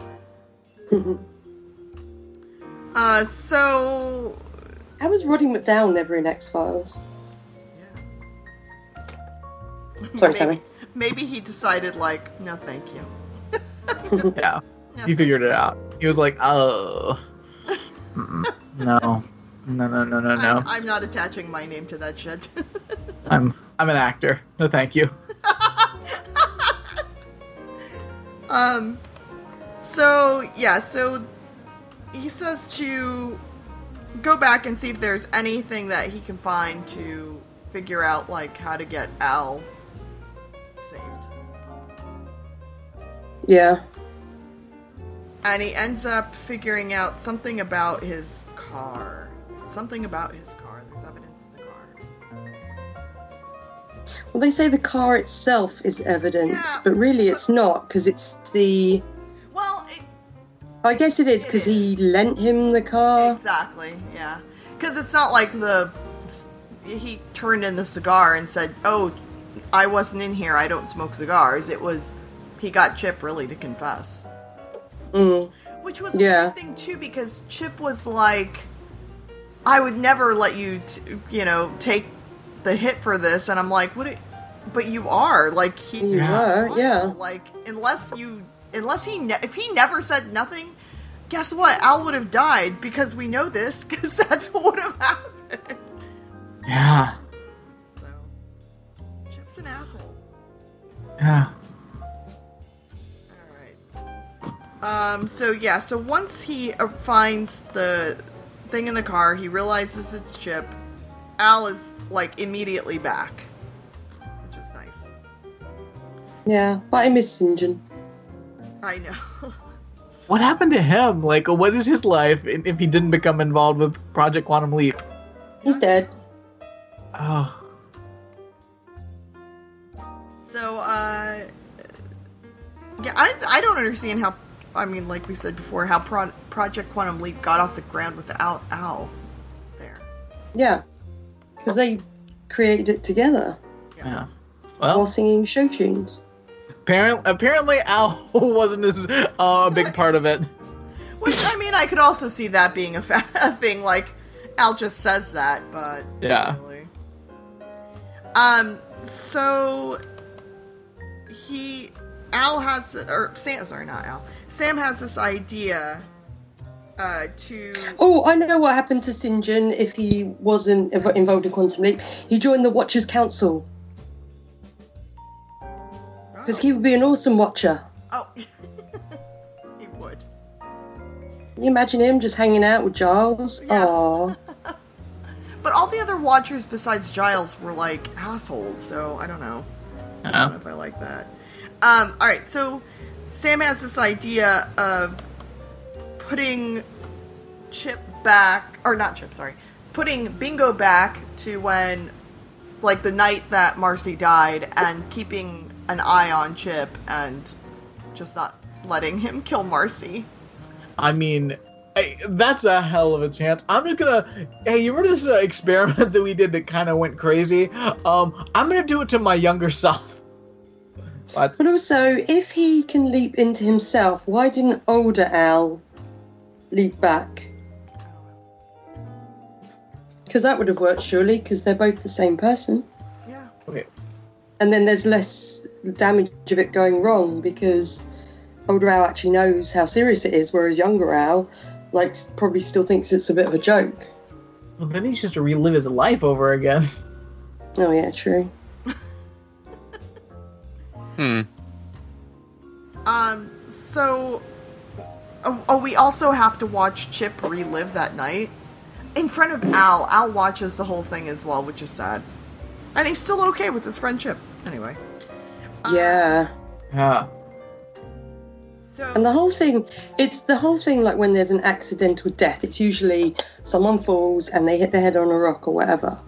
Speaker 4: Uh, so
Speaker 1: How was Roddy McDowell never in X Files? Sorry, Tammy.
Speaker 4: maybe, maybe he decided like, no, thank you.
Speaker 3: Yeah,
Speaker 4: No,
Speaker 3: he figured it
Speaker 4: thanks.
Speaker 3: out. He was like, oh, mm-mm, no, no, no, no, no, no.
Speaker 4: I'm, I'm not attaching my name to that shit.
Speaker 3: I'm I'm an actor. No, thank you.
Speaker 4: Um, so yeah, so he says to go back and see if there's anything that he can find to figure out like how to get Al saved.
Speaker 1: Yeah.
Speaker 4: And he ends up figuring out something about his car. Something about his car. There's evidence in the car.
Speaker 1: Well, they say the car itself is evidence,
Speaker 4: Yeah.
Speaker 1: but really it's not because it's the.
Speaker 4: Well, it,
Speaker 1: I guess it is because he
Speaker 4: It is.
Speaker 1: lent him the car.
Speaker 4: Exactly. Yeah. Because it's not like the he turned in the cigar and said, "Oh, I wasn't in here. I don't smoke cigars." It was he got Chip really to confess,
Speaker 1: Mm.
Speaker 4: which was a
Speaker 1: Yeah.
Speaker 4: weird thing too because Chip was like, "I would never let you, t- you know, take the hit for this," and I'm like, "What? It, but you are like he
Speaker 1: You
Speaker 3: Yeah.
Speaker 1: were, yeah.
Speaker 4: like unless you unless he ne- if he never said nothing." guess what? Al would have died because we know this because that's what would have happened.
Speaker 3: Yeah.
Speaker 4: So, Chip's an asshole.
Speaker 3: Yeah.
Speaker 4: All right. Um. So yeah. So once he uh, finds the thing in the car, he realizes it's Chip. Al is like immediately back, which is nice.
Speaker 1: Yeah, but I miss St. John.
Speaker 4: I know.
Speaker 3: What happened to him? Like, what is his life i- if he didn't become involved with Project Quantum Leap?
Speaker 1: He's dead.
Speaker 3: Oh,
Speaker 4: So, uh, yeah, I, I don't understand how, I mean, like we said before, how Pro- Project Quantum Leap got off the ground without Al there.
Speaker 1: Yeah, because they created it together
Speaker 3: yeah.
Speaker 1: while
Speaker 3: Well,
Speaker 1: singing show tunes.
Speaker 3: apparently, apparently Al wasn't as uh, a big part of it.
Speaker 4: Which, I mean, I could also see that being a, fa- a thing, like, Al just says that, but.
Speaker 3: Yeah.
Speaker 4: Really. Um, so, he, Al has, or Sam, sorry, not Al, Sam has this idea, uh, to.
Speaker 1: Oh, I know what happened to St. John if he wasn't inv- involved in Quantum Leap. He joined the Watchers Council because he would be an awesome Watcher.
Speaker 4: Oh, he would.
Speaker 1: Can you imagine him just hanging out with Giles?
Speaker 4: Yeah.
Speaker 1: Aww.
Speaker 4: But all the other watchers besides Giles were like assholes, so I don't know. I don't know if I like that. Um, all right, so Sam has this idea of putting Chip back, or not Chip, sorry, putting Bingo back to when, like, the night that Marcy died, and keeping an eye on Chip and just not letting him kill Marcy.
Speaker 3: I mean, I, that's a hell of a chance. I'm just gonna. Hey, you remember this uh, experiment that we did that kind of went crazy? Um, I'm gonna do it to my younger self. What?
Speaker 1: But also, if he can leap into himself, why didn't older Al leap back? Because that would have worked, surely, because they're both the same person.
Speaker 4: Yeah.
Speaker 3: Okay.
Speaker 1: And then there's less damage of it going wrong because older Al actually knows how serious it is, whereas younger Al, like, probably still thinks it's a bit of a joke.
Speaker 3: Well, then he's just to relive his life over again.
Speaker 1: Oh, yeah, true.
Speaker 2: Hmm.
Speaker 4: Um, so. Oh, oh, we also have to watch Chip relive that night in front of Al. Al watches the whole thing as well, which is sad. And he's still okay with his friendship. Anyway.
Speaker 1: Yeah.
Speaker 3: Yeah.
Speaker 4: So.
Speaker 1: And the whole thing, it's the whole thing like when there's an accidental death, it's usually someone falls and they hit their head on a rock or whatever.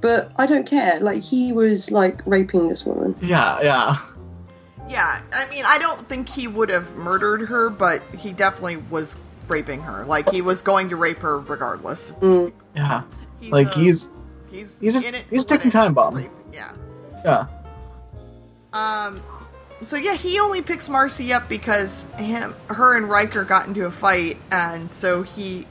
Speaker 1: But I don't care. Like, he was like raping this woman.
Speaker 3: Yeah. Yeah.
Speaker 4: Yeah, I mean, I don't think he would have murdered her, but he definitely was raping her. Like, he was going to rape her regardless.
Speaker 1: Mm.
Speaker 3: Yeah. Like
Speaker 4: a-
Speaker 3: he's.
Speaker 4: He's,
Speaker 3: he's just-
Speaker 4: in it
Speaker 3: he's
Speaker 4: to win
Speaker 3: ticking
Speaker 4: it.
Speaker 3: time bomb.
Speaker 4: Rape, Yeah.
Speaker 3: Yeah.
Speaker 4: Um, so yeah, he only picks Marcy up because him, her and Riker got into a fight, and so he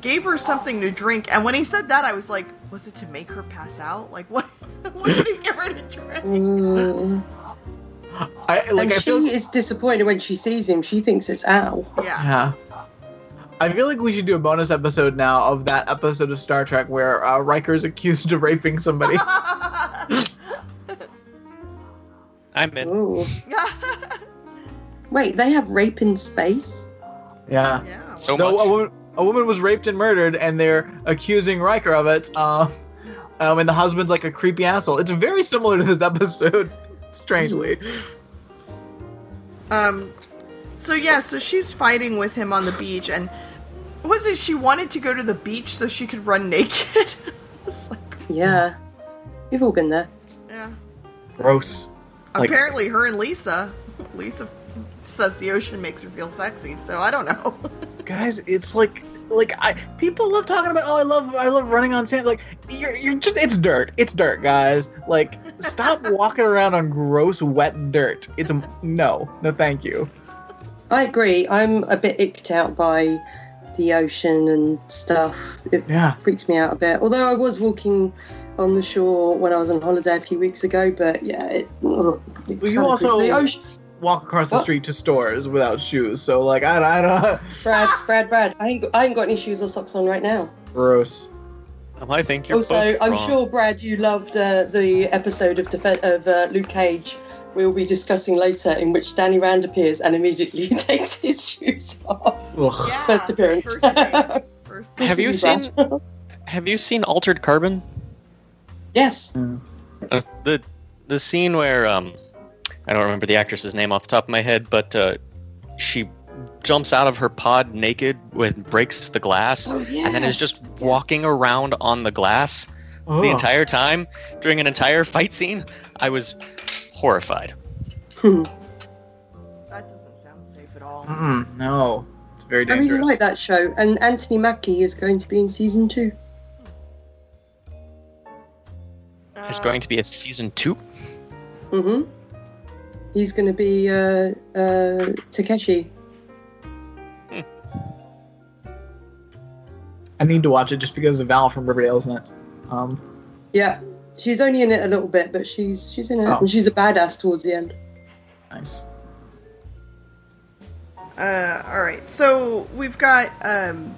Speaker 4: gave her something to drink. And when he said that, I was like, was it to make her pass out? Like, what? what did he give her to drink?
Speaker 1: Mm.
Speaker 3: I like.
Speaker 1: and
Speaker 3: I
Speaker 1: she
Speaker 3: feel.
Speaker 1: is disappointed when she sees him. She thinks it's Al.
Speaker 4: Yeah.
Speaker 3: Yeah. I feel like we should do a bonus episode now of that episode of Star Trek where uh, Riker's accused of raping somebody.
Speaker 2: I'm in.
Speaker 1: Ooh. Wait, they have rape in space?
Speaker 3: yeah.
Speaker 4: yeah.
Speaker 2: So
Speaker 3: No,
Speaker 2: much.
Speaker 3: a woman, a woman was raped and murdered, and they're accusing Riker of it. Uh, um, and the husband's like a creepy asshole. It's very similar to this episode, strangely.
Speaker 4: Um, so yeah, so she's fighting with him on the beach, and was it she wanted to go to the beach so she could run naked? it's like,
Speaker 1: Yeah. We've all been there.
Speaker 4: yeah.
Speaker 3: Gross. Like-
Speaker 4: Apparently, her and Lisa, Lisa says the ocean makes her feel sexy. So I don't know.
Speaker 3: Guys, it's like. Like I, people love talking about. Oh, I love, I love running on sand. Like you're, you're just. It's dirt. It's dirt, guys. Like stop walking around on gross, wet dirt. It's a no, no, thank you.
Speaker 1: I agree. I'm a bit icked out by the ocean and stuff. It
Speaker 3: Yeah,
Speaker 1: freaks me out a bit. Although I was walking on the shore when I was on holiday a few weeks ago, but yeah, it, ugh, it
Speaker 3: you
Speaker 1: kinda
Speaker 3: also-
Speaker 1: creep- the ocean.
Speaker 3: walk across the
Speaker 1: What?
Speaker 3: street to stores without shoes. So like I, I don't.
Speaker 1: Brad, Brad, Brad. I ain't, got, I ain't got any shoes or socks on right now.
Speaker 3: Gross.
Speaker 2: Um, I think you're
Speaker 1: also,
Speaker 2: both
Speaker 1: I'm
Speaker 2: wrong.
Speaker 1: sure Brad, you loved uh, the episode of Defe- of uh, Luke Cage. We'll be discussing later, in which Danny Rand appears and immediately takes his shoes off.
Speaker 3: Ugh.
Speaker 4: Yeah,
Speaker 1: First appearance.
Speaker 4: First date. First date.
Speaker 2: Have you
Speaker 1: Brad.
Speaker 2: seen? Have you seen Altered Carbon?
Speaker 1: Yes.
Speaker 2: Uh, the the scene where um I don't remember the actress's name off the top of my head, but uh, she jumps out of her pod naked and breaks the glass,
Speaker 1: Oh, yeah.
Speaker 2: and then is just walking around on the glass
Speaker 3: Ugh.
Speaker 2: the entire time during an entire fight scene. I was horrified.
Speaker 1: Hmm.
Speaker 4: That doesn't sound safe at all.
Speaker 3: Mm, no, it's very
Speaker 1: I
Speaker 3: dangerous.
Speaker 1: really like that show, and Anthony Mackie is going to be in season two.
Speaker 2: There's
Speaker 4: Uh,
Speaker 2: going to be a season two.
Speaker 1: Mm-hmm. He's going to be uh, uh, Takeshi.
Speaker 3: I need to watch it just because of Val from Riverdale's in it. Um,
Speaker 1: Yeah, she's only in it a little bit, but she's she's in it,
Speaker 3: Oh.
Speaker 1: and she's a badass towards the end.
Speaker 3: nice.
Speaker 4: Uh, all right. So we've got um,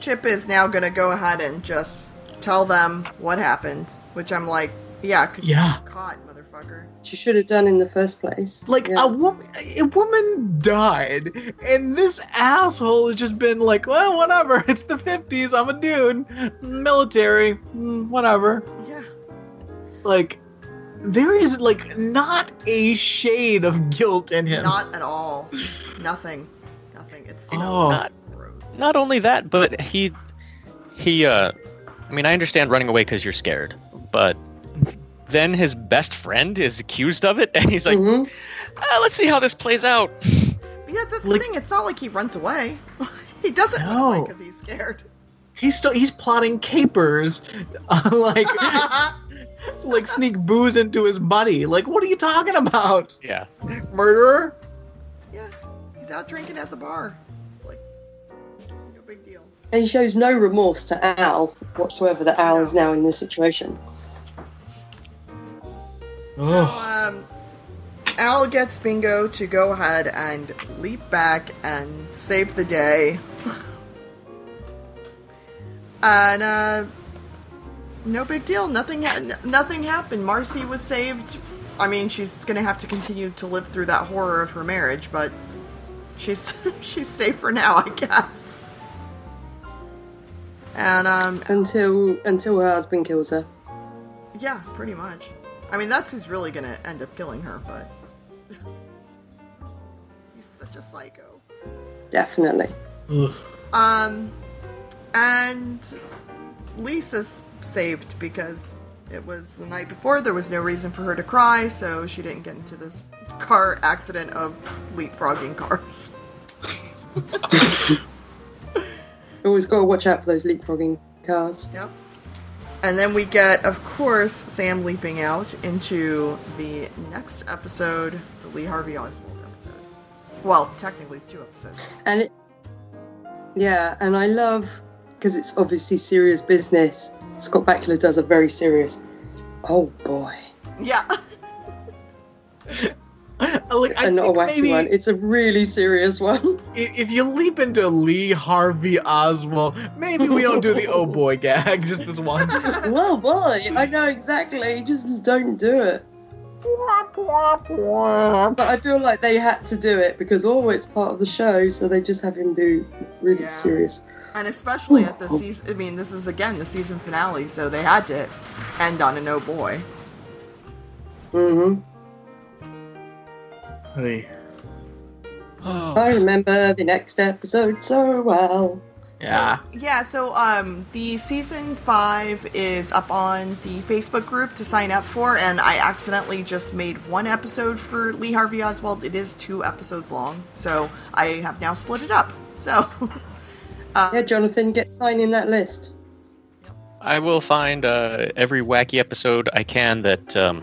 Speaker 4: Chip is now going to go ahead and just tell them what happened, which I'm like, yeah, 'cause you
Speaker 3: Yeah.
Speaker 4: got caught, motherfucker.
Speaker 1: She should have done in the first place.
Speaker 3: Like
Speaker 1: Yeah.
Speaker 3: a woman, a woman died, and this asshole has just been like, well, whatever. It's the '50s. I'm a dude, military, mm, whatever.
Speaker 4: Yeah.
Speaker 3: Like, there is like not a shade of guilt in him.
Speaker 4: Not at all. Nothing. Nothing. It's so
Speaker 3: Oh.
Speaker 2: Not-
Speaker 4: gross.
Speaker 2: Not only that, but he he uh I mean, I understand running away cuz you're scared, but then his best friend is accused of it and he's like,
Speaker 1: Mhm.
Speaker 2: "Ah, "Let's see how this plays out."
Speaker 4: But yeah, that's
Speaker 3: Like-
Speaker 4: the thing. It's not like he runs away. he doesn't run away
Speaker 3: No.
Speaker 4: because he's scared.
Speaker 3: He's still he's plotting capers, like like sneak booze into his buddy. Like, what are you talking about,
Speaker 2: Yeah.
Speaker 3: murderer?
Speaker 4: yeah. He's out drinking at the bar. It's Like, no big deal.
Speaker 1: And he shows no remorse to Al whatsoever that Al is now in this situation.
Speaker 4: So, um, Al gets Bingo to go ahead and leap back and save the day. and, uh, no big deal. Nothing, ha- n- nothing happened. Marcy was saved. I mean, she's gonna have to continue to live through that horror of her marriage, but she's she's safe for now, I guess. And um,
Speaker 1: Until until her husband kills her.
Speaker 4: yeah, pretty much. I mean, that's who's really gonna end up killing her, but. He's such a psycho.
Speaker 1: Definitely.
Speaker 3: Ugh.
Speaker 4: Um, and Lisa's saved because it was the night before. There was no reason for her to cry, so she didn't get into this car accident of leapfrogging cars.
Speaker 1: Always gotta watch out for those leapfrogging cars.
Speaker 4: Yep. And then we get, of course, Sam leaping out into the next episode, the Lee Harvey Oswald episode. Well, technically, it's two episodes.
Speaker 1: and it, yeah, and I love because it's obviously serious business. Scott Bakula does a very serious. Oh boy,
Speaker 4: Yeah.
Speaker 3: Like, I
Speaker 1: and not a
Speaker 3: think
Speaker 1: wacky
Speaker 3: maybe
Speaker 1: one. It's a really serious one.
Speaker 3: i- if you leap into Lee Harvey Oswald, maybe we don't do the oh boy gag just this once.
Speaker 1: oh boy, I know exactly. Just don't do it. But I feel like they had to do it because oh, it's part of the show, so they just have him do really
Speaker 4: Yeah.
Speaker 1: serious.
Speaker 4: And especially at the season, I mean, this is again the season finale, so they had to end on a no boy.
Speaker 1: hmm
Speaker 3: Hey. Oh.
Speaker 1: I remember the next episode so well.
Speaker 3: yeah.
Speaker 4: Yeah, so um, the season five is up on the Facebook group to sign up for, and I accidentally just made one episode for Lee Harvey Oswald. It is two episodes long, so I have now split it up. So, um,
Speaker 1: Yeah, Jonathan, get signed in that list.
Speaker 2: I will find uh, every wacky episode I can that um,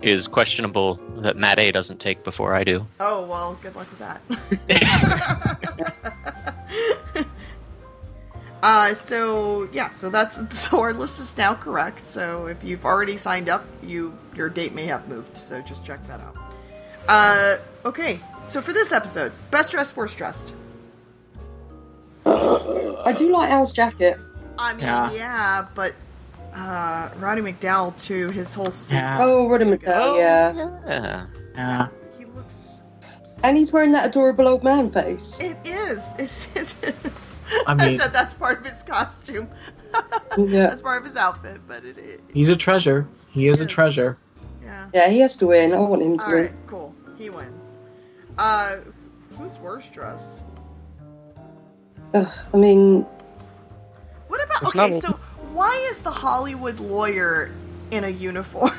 Speaker 2: is questionable that Matt A doesn't take before I do.
Speaker 4: oh well, good luck with that. Uh, so yeah, so that's so our list is now correct. So if you've already signed up, you your date may have moved. So just check that out. Uh, okay. So for this episode, best dressed, worst dressed.
Speaker 1: I do like Al's jacket.
Speaker 4: I mean, yeah,
Speaker 3: Yeah.
Speaker 4: but uh, Roddy McDowell too. His whole suit.
Speaker 3: Yeah.
Speaker 1: Oh, Roddy McDowell, yeah.
Speaker 2: yeah.
Speaker 3: Yeah.
Speaker 4: He looks.
Speaker 1: And he's wearing that adorable old man face.
Speaker 4: It is. It's. it's
Speaker 3: I mean-
Speaker 4: said that's part of his costume.
Speaker 1: Yeah.
Speaker 4: That's part of his outfit, but it is.
Speaker 3: He's a treasure. He is a treasure.
Speaker 4: Yeah.
Speaker 1: Yeah, he has to win. I want him to
Speaker 4: All
Speaker 1: win.
Speaker 4: right. Cool. He wins. Uh, who's worst dressed?
Speaker 1: Ugh, I mean,
Speaker 4: What about?
Speaker 2: It's
Speaker 4: Okay,
Speaker 2: not-
Speaker 4: so why is the Hollywood lawyer in a uniform?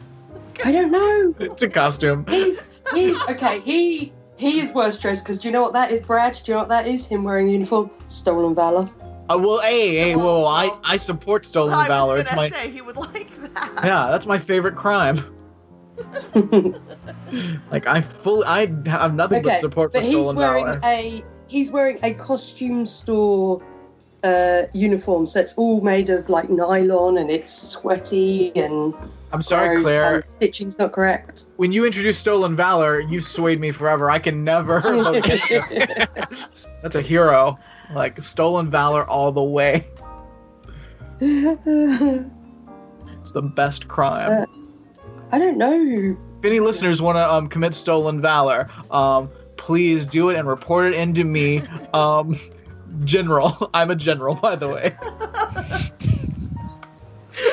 Speaker 1: I don't know.
Speaker 3: It's a costume.
Speaker 1: He's he's okay. He he is worse dressed because do you know what that is, Brad? Do you know what that is? Him wearing a uniform, stolen valor.
Speaker 3: Uh, well, hey, hey, whoa, whoa, I, I support stolen
Speaker 4: I
Speaker 3: valor.
Speaker 4: was
Speaker 3: It's
Speaker 4: gonna
Speaker 3: my
Speaker 4: say he would like that.
Speaker 3: yeah, that's my favorite crime. Like I fully, I have nothing but
Speaker 1: Okay,
Speaker 3: support for
Speaker 1: but he's
Speaker 3: stolen
Speaker 1: wearing
Speaker 3: valor.
Speaker 1: a he's wearing a costume store uh, uniform, so it's all made of like nylon and it's sweaty and
Speaker 3: I'm sorry,
Speaker 1: gross
Speaker 3: Claire.
Speaker 1: and stitching's not correct.
Speaker 3: When you introduced stolen valor, you swayed me forever. I can never. that's a hero. Like stolen valor all the way.
Speaker 1: I
Speaker 3: It's the best crime.
Speaker 1: Uh, don't know.
Speaker 3: If any listeners want to um, commit stolen valor, um, please do it and report it into me. Um, general. I'm a general, by the way.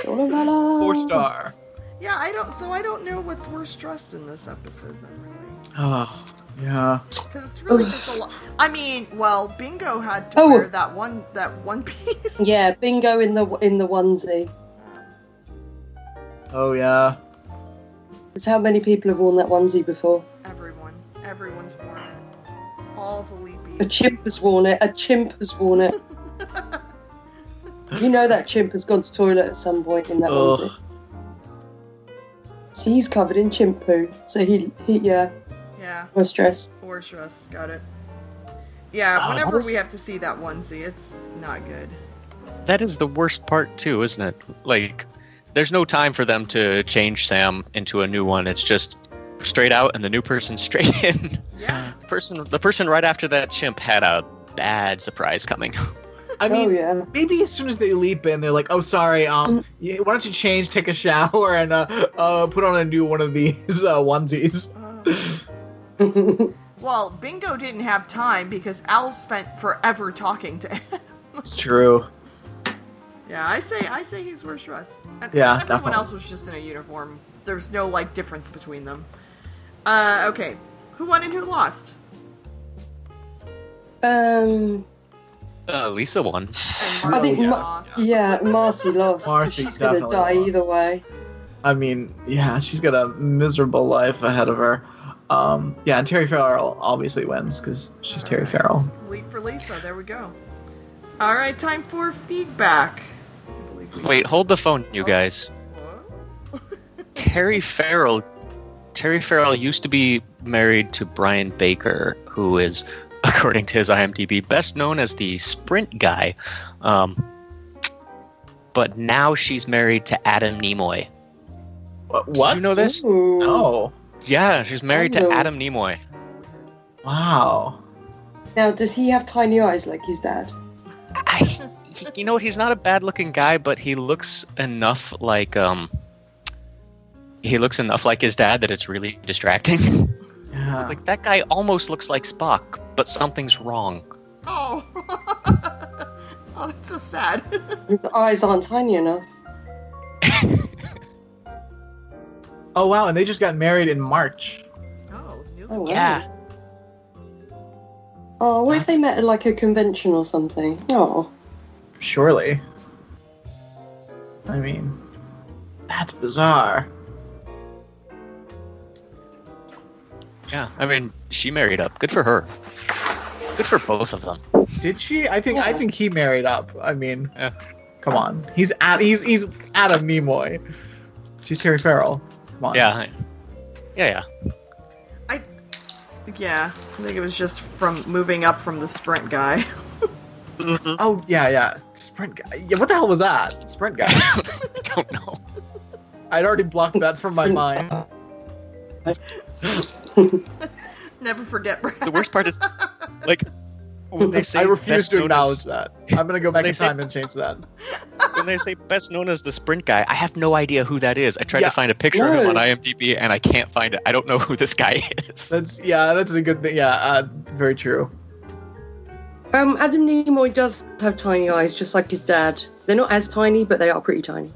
Speaker 1: Stolen valor.
Speaker 3: Four star.
Speaker 4: Yeah, I don't. So I don't know what's worst dressed in this episode, then, really,
Speaker 3: Oh, yeah.
Speaker 4: because it's really just a lot. I mean, well, Bingo had to
Speaker 1: Oh.
Speaker 4: wear that one that one piece.
Speaker 1: Yeah, bingo in the in the onesie.
Speaker 3: Oh, yeah.
Speaker 1: It's how many people have worn that onesie before.
Speaker 4: Everyone, everyone's worn it. All the
Speaker 1: A
Speaker 4: leapies.
Speaker 1: chimp has worn it. A chimp has worn it. you know that chimp has gone to toilet at some point in that
Speaker 3: Ugh.
Speaker 1: onesie. So he's covered in chimp poo. So he, he yeah,
Speaker 4: Yeah,
Speaker 1: was stressed.
Speaker 4: worst dressed. Got it. Yeah,
Speaker 3: Wow, that
Speaker 4: whenever
Speaker 3: was-
Speaker 4: we have to see that onesie, it's not good.
Speaker 2: That is the worst part too, isn't it? Like, there's no time for them to change Sam into a new one. It's just straight out and the new person straight in.
Speaker 4: Yeah.
Speaker 2: person, the person right after that chimp had a bad surprise coming.
Speaker 3: I mean,
Speaker 1: oh yeah. Mm.
Speaker 3: maybe as soon as they leap in, they're like, "Oh, sorry. Um, yeah, why don't you change, take a shower, and uh, uh, put on a new one of these uh, onesies."
Speaker 4: Ugh.
Speaker 1: Oh,
Speaker 4: well, Bingo didn't have time because Al spent forever talking to him.
Speaker 3: It's true.
Speaker 4: Yeah, I say I say he's worse dressed. And
Speaker 3: Yeah,
Speaker 4: everyone
Speaker 3: definitely.
Speaker 4: else was just in a uniform. There's no like difference between them. Uh, okay, who won and who lost?
Speaker 1: um,
Speaker 2: Uh, Lisa won.
Speaker 4: And
Speaker 1: I think
Speaker 4: Marcy
Speaker 1: Ma-
Speaker 4: lost.
Speaker 1: yeah, Marcy lost.
Speaker 3: Marcy
Speaker 1: She's gonna
Speaker 3: definitely
Speaker 1: die
Speaker 3: lost.
Speaker 1: either way.
Speaker 3: I mean, yeah, she's got a miserable life ahead of her. Um, yeah, and Terry Farrell obviously wins because she's Terry Farrell.
Speaker 4: Leap for Lisa. There we go. All right, time for feedback. I believe we-
Speaker 2: Wait, hold the phone, you guys.
Speaker 4: What?
Speaker 2: Terry Farrell. Terry Farrell used to be married to Brian Baker, who is, according to his IMDb, best known as the sprint guy. Um, but now she's married to Adam Nimoy.
Speaker 3: What?
Speaker 2: Did you know this?
Speaker 1: Ooh.
Speaker 3: Oh,
Speaker 2: Yeah, she's married to
Speaker 1: Hello.
Speaker 2: Adam Nimoy.
Speaker 3: wow.
Speaker 1: Now, does he have tiny eyes like his dad?
Speaker 2: I, he- you know what? He's not a bad-looking guy, but he looks enough like um. He looks enough like his dad that it's really distracting.
Speaker 3: Yeah.
Speaker 2: like that guy almost looks like Spock, but something's wrong.
Speaker 4: Oh. oh, that's so sad.
Speaker 1: The eyes aren't tiny enough.
Speaker 3: oh wow, and they just got married in March.
Speaker 4: oh, new
Speaker 1: Oh, wow.
Speaker 2: Yeah.
Speaker 1: Oh, what if they met at like a convention or something? Oh,
Speaker 3: Surely. I mean, that's bizarre.
Speaker 2: Yeah, I mean, she married up. Good for her. Good for both of them.
Speaker 3: Did she? I think I
Speaker 1: Yeah.
Speaker 3: think he married up. I mean,
Speaker 2: Yeah.
Speaker 3: come on. He's at he's he's Adam Nimoy. She's Terry Farrell. Come on.
Speaker 2: Yeah. I- Yeah,
Speaker 4: Yeah, I think it was just from moving up from the sprint guy.
Speaker 2: yeah.
Speaker 3: Oh yeah, yeah. Sprint guy. Yeah. What the hell was that? Sprint guy.
Speaker 2: I don't know.
Speaker 3: I'd already blocked that from my mind.
Speaker 4: Never forget, Brad.
Speaker 2: The worst part is, like, when they say
Speaker 3: I refuse
Speaker 2: best
Speaker 3: to
Speaker 2: known
Speaker 3: acknowledge
Speaker 2: as-
Speaker 3: that. I'm gonna go back
Speaker 2: They
Speaker 3: in
Speaker 2: say-
Speaker 3: time and change that.
Speaker 2: when they say best known as the sprint guy, I have no idea who that is. I tried
Speaker 3: Yeah.
Speaker 2: to find a picture of him on
Speaker 1: No.
Speaker 2: IMDb and I can't find it. I don't know who this guy is.
Speaker 3: That's yeah, that's a good thing. Yeah, uh, very true.
Speaker 1: Um, Adam Nimoy does have tiny eyes, just like his dad. They're not as tiny, but they are pretty tiny.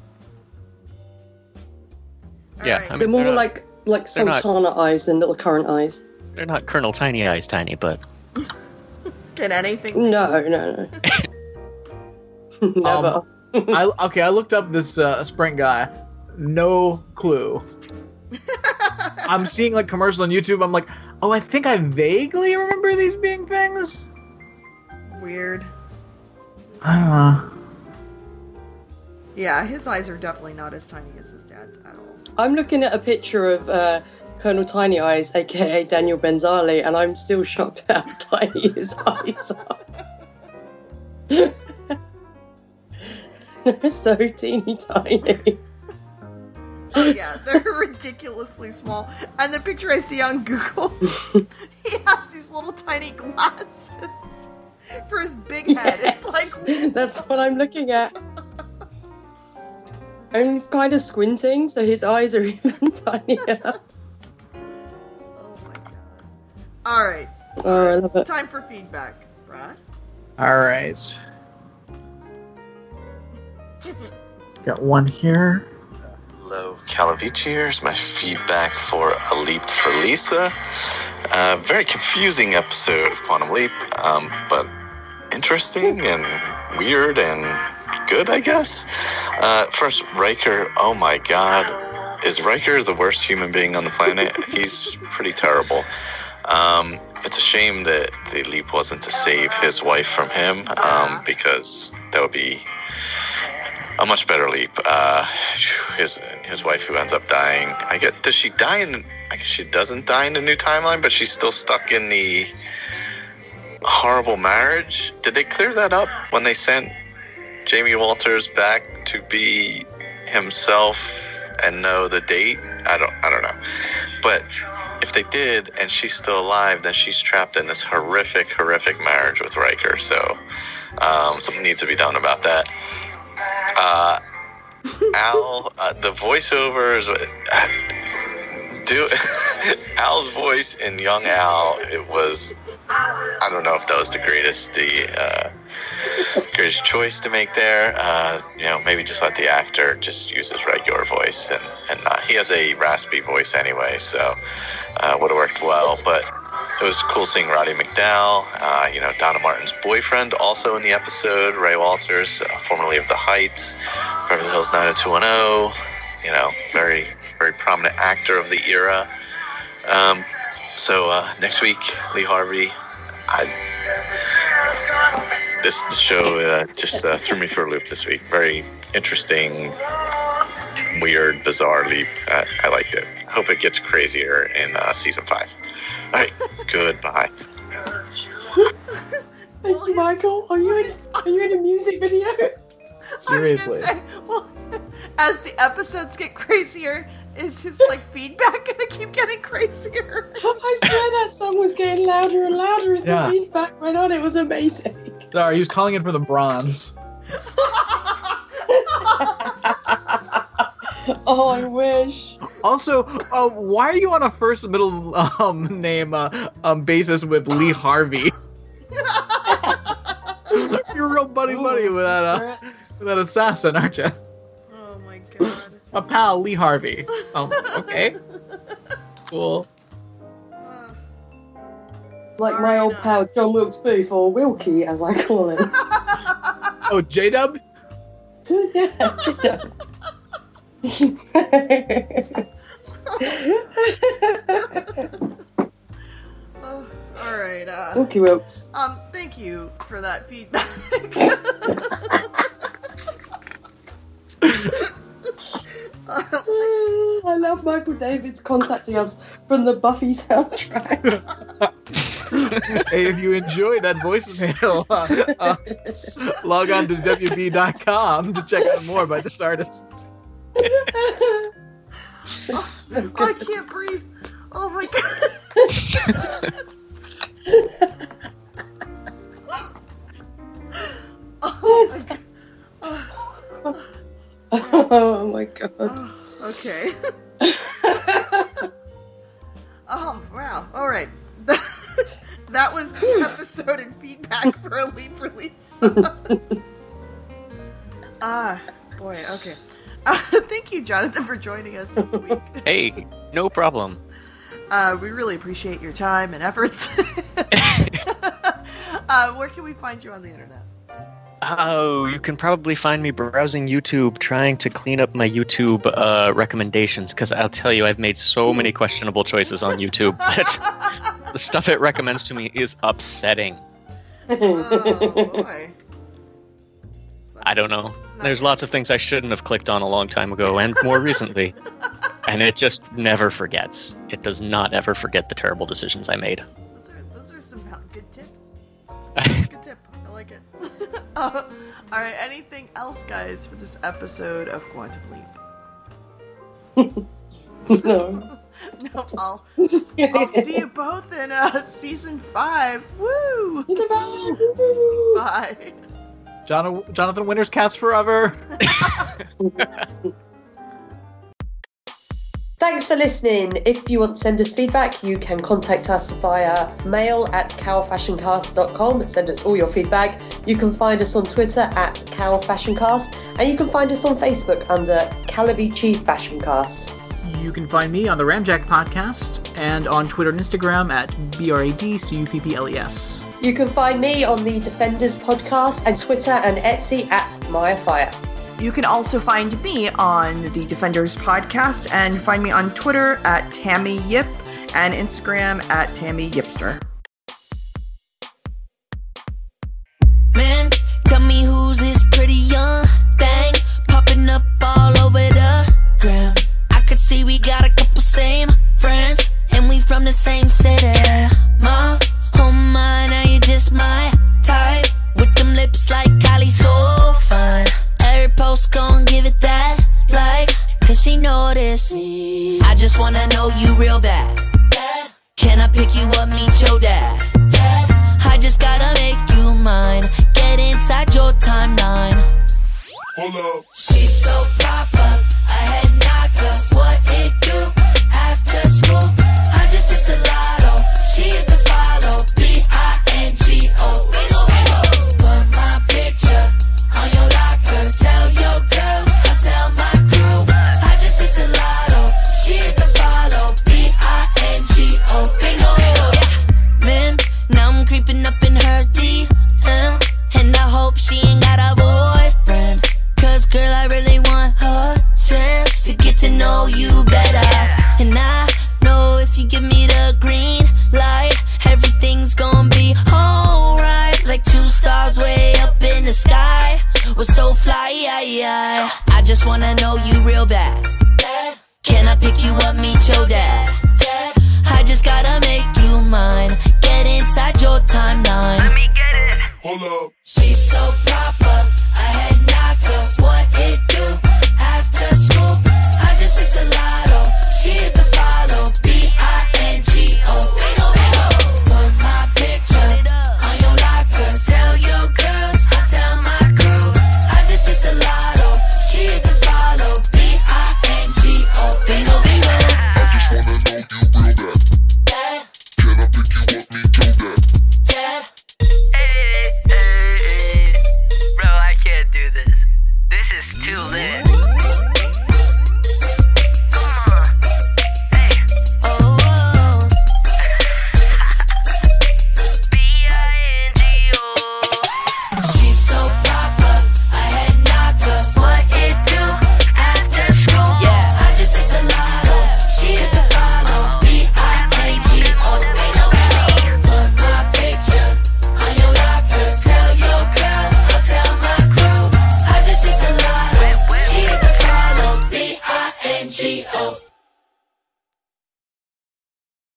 Speaker 4: All
Speaker 2: yeah,
Speaker 4: right.
Speaker 2: I mean,
Speaker 1: They're more
Speaker 2: they're not-
Speaker 1: like like
Speaker 2: they're not-
Speaker 1: Sultana eyes than little current eyes.
Speaker 2: They're not Colonel Tiny Eyes Tiny, but
Speaker 4: Can anything?
Speaker 1: No, no, no. Never.
Speaker 2: Um,
Speaker 3: I okay, I looked up this uh, sprint guy. No clue. I'm seeing like commercial on YouTube. I'm like, oh, I think I vaguely remember these being things.
Speaker 4: Weird.
Speaker 3: I don't know.
Speaker 4: Yeah, his eyes are definitely not as tiny as his dad's at all.
Speaker 1: I'm looking at a picture of uh, Colonel Tiny Eyes, aka Daniel Benzali, and I'm still shocked at how tiny his eyes are. They're so teeny tiny.
Speaker 4: Oh yeah, they're ridiculously small. And the picture I see on Google, he has these little tiny glasses for his big head. It's
Speaker 1: Yes,
Speaker 4: like
Speaker 1: that's what I'm looking at. And he's kind of squinting, so his eyes are even tinier.
Speaker 4: Oh my god. All right,
Speaker 1: Oh, I love it.
Speaker 4: time for feedback, Brad.
Speaker 3: All right. Got one here.
Speaker 5: Hello, Calavici. Here's my feedback for A Leap for Lisa. Uh, very confusing episode of Quantum Leap, um, but interesting and weird and good, I guess. Uh, first, Riker. Oh my god. Is Riker the worst human being on the planet? He's pretty terrible. Um, it's a shame that the leap wasn't to save his wife from him um, because that would be a much better leap. Uh, his his wife who ends up dying. I get does she die in? I guess she doesn't die in the new timeline, but she's still stuck in the horrible marriage. Did they clear that up when they sent Jamie Walters back to be himself and know the date? I don't I don't know, but. If they did, and she's still alive, then she's trapped in this horrific, horrific marriage with Riker. So, um, something needs to be done about that uh, Al, uh, the voiceovers do Al's voice in Young Al. It was I don't know if that was the greatest the uh, greatest choice to make there. Uh, you know, maybe just let the actor just use his regular voice, and and uh, he has a raspy voice anyway, so uh, would have worked well, but. It was cool seeing Roddy McDowell, uh, you know, Donna Martin's boyfriend, also in the episode, Ray Walters, uh, formerly of The Heights, Beverly Hills 90210, you know, very, very prominent actor of the era. Um, so uh, next week, Lee Harvey. I, this this show uh, just uh, threw me for a loop this week. Very interesting, weird, bizarre leap. I, I liked it. Hope it gets crazier in uh, season five. All right, goodbye.
Speaker 1: Thank you, Michael. Are you in? Are you in a music video?
Speaker 3: Seriously.
Speaker 4: I was gonna say, well, as the episodes get crazier, is his like feedback gonna keep getting crazier?
Speaker 1: I swear that song was getting louder and louder as
Speaker 3: Yeah.
Speaker 1: the feedback went on. It was amazing.
Speaker 3: Sorry, he was calling in for the bronze.
Speaker 1: Oh, I wish.
Speaker 3: Also, uh, why are you on a first middle um, name uh, um, basis with Lee Harvey? You're real buddy buddy
Speaker 1: Ooh,
Speaker 3: with that uh,
Speaker 1: secret.
Speaker 3: with that assassin, aren't you?
Speaker 4: oh my god.
Speaker 3: A pal, Lee Harvey. Um, okay, cool.
Speaker 4: Uh,
Speaker 1: like my old pal John Wilkes Booth, or Wilkie as I call him.
Speaker 3: Oh, J Dub.
Speaker 1: yeah, shut up.
Speaker 4: oh, all right. Uh,
Speaker 1: Wilkie Wilkes.
Speaker 4: um, thank you for that feedback. Uh,
Speaker 1: Ah, I love Michael David's contacting us from the Buffy soundtrack.
Speaker 3: Hey, if you enjoyed that voicemail, uh, uh, log on to WB.com to check out more by this artist.
Speaker 1: so
Speaker 4: I
Speaker 1: good.
Speaker 4: can't breathe. Oh my god. oh my god.
Speaker 1: oh my god.
Speaker 4: Oh, okay. Oh wow. All right. that was the episode and feedback for a leap release. ah, boy. Okay. Uh, thank you, Jonathan, for joining us this week.
Speaker 2: Hey, no problem.
Speaker 4: Uh, we really appreciate your time and efforts. uh, where can we find you on the internet?
Speaker 2: Oh, you can probably find me browsing YouTube, trying to clean up my YouTube uh, recommendations. Because I'll tell you, I've made so many questionable choices on YouTube that the stuff it recommends to me is upsetting.
Speaker 4: oh boy.
Speaker 2: I don't know.
Speaker 4: It's not
Speaker 2: There's
Speaker 4: good.
Speaker 2: lots of things I shouldn't have clicked on a long time ago and more recently. And it just never forgets. It does not ever forget the terrible decisions I made.
Speaker 4: Those are, those are some hel- good tips. That's a good tip. I like it. Uh, all right. Anything else, guys, for this episode of Quantum Leap?
Speaker 1: No.
Speaker 4: No, I'll, I'll see you both in uh, season five. Woo! Bye.
Speaker 3: John- Jonathan Winters cast forever.
Speaker 1: Thanks for listening. If you want to send us feedback, you can contact us via mail at cowfashioncast.com and send us all your feedback. You can find us on Twitter at cowfashioncast and you can find us on Facebook under Calavici Fashioncast.
Speaker 6: You can find me on the Ramjack podcast and on Twitter and Instagram at B R A D C U P P L E S.
Speaker 1: You can find me on the Defenders podcast and Twitter and Etsy at Maya Fire.
Speaker 4: You can also find me on the Defenders podcast and find me on Twitter at Tammy Yip and Instagram at Tammy Yipster.
Speaker 7: Man, tell me who's this pretty young thing popping up all over the gram. I could see we got a couple same friends, and we from the same city. My, oh my, now you just my type. With them lips like Kylie, so fine. Every post gon' give it that like till she notice. I just wanna know you real bad. Can I pick you up, meet your dad? I just gotta make you mine. Get inside your timeline. Hold up. She's so proper, a head knocker. What it do after school? I just hit the lotto. She is the follow. B I N G O. Bingo, bingo. Put my picture on your locker. Tell your girls, I tell my crew. I just hit the lotto. She is the follow. B I N G O. Bingo, bingo. Yeah. Man, now I'm creeping up in her DM. And I hope she ain't got a boyfriend. Cause girl, I really want her chance to get to know you better. And I know if you give me the green light, everything's gonna be alright. Like two stars way up in the sky. We're so fly, yeah, yeah. I just wanna know you real bad. Can I pick you up, meet your dad? I just gotta make you mine. Get inside your timeline. She's so proper, a head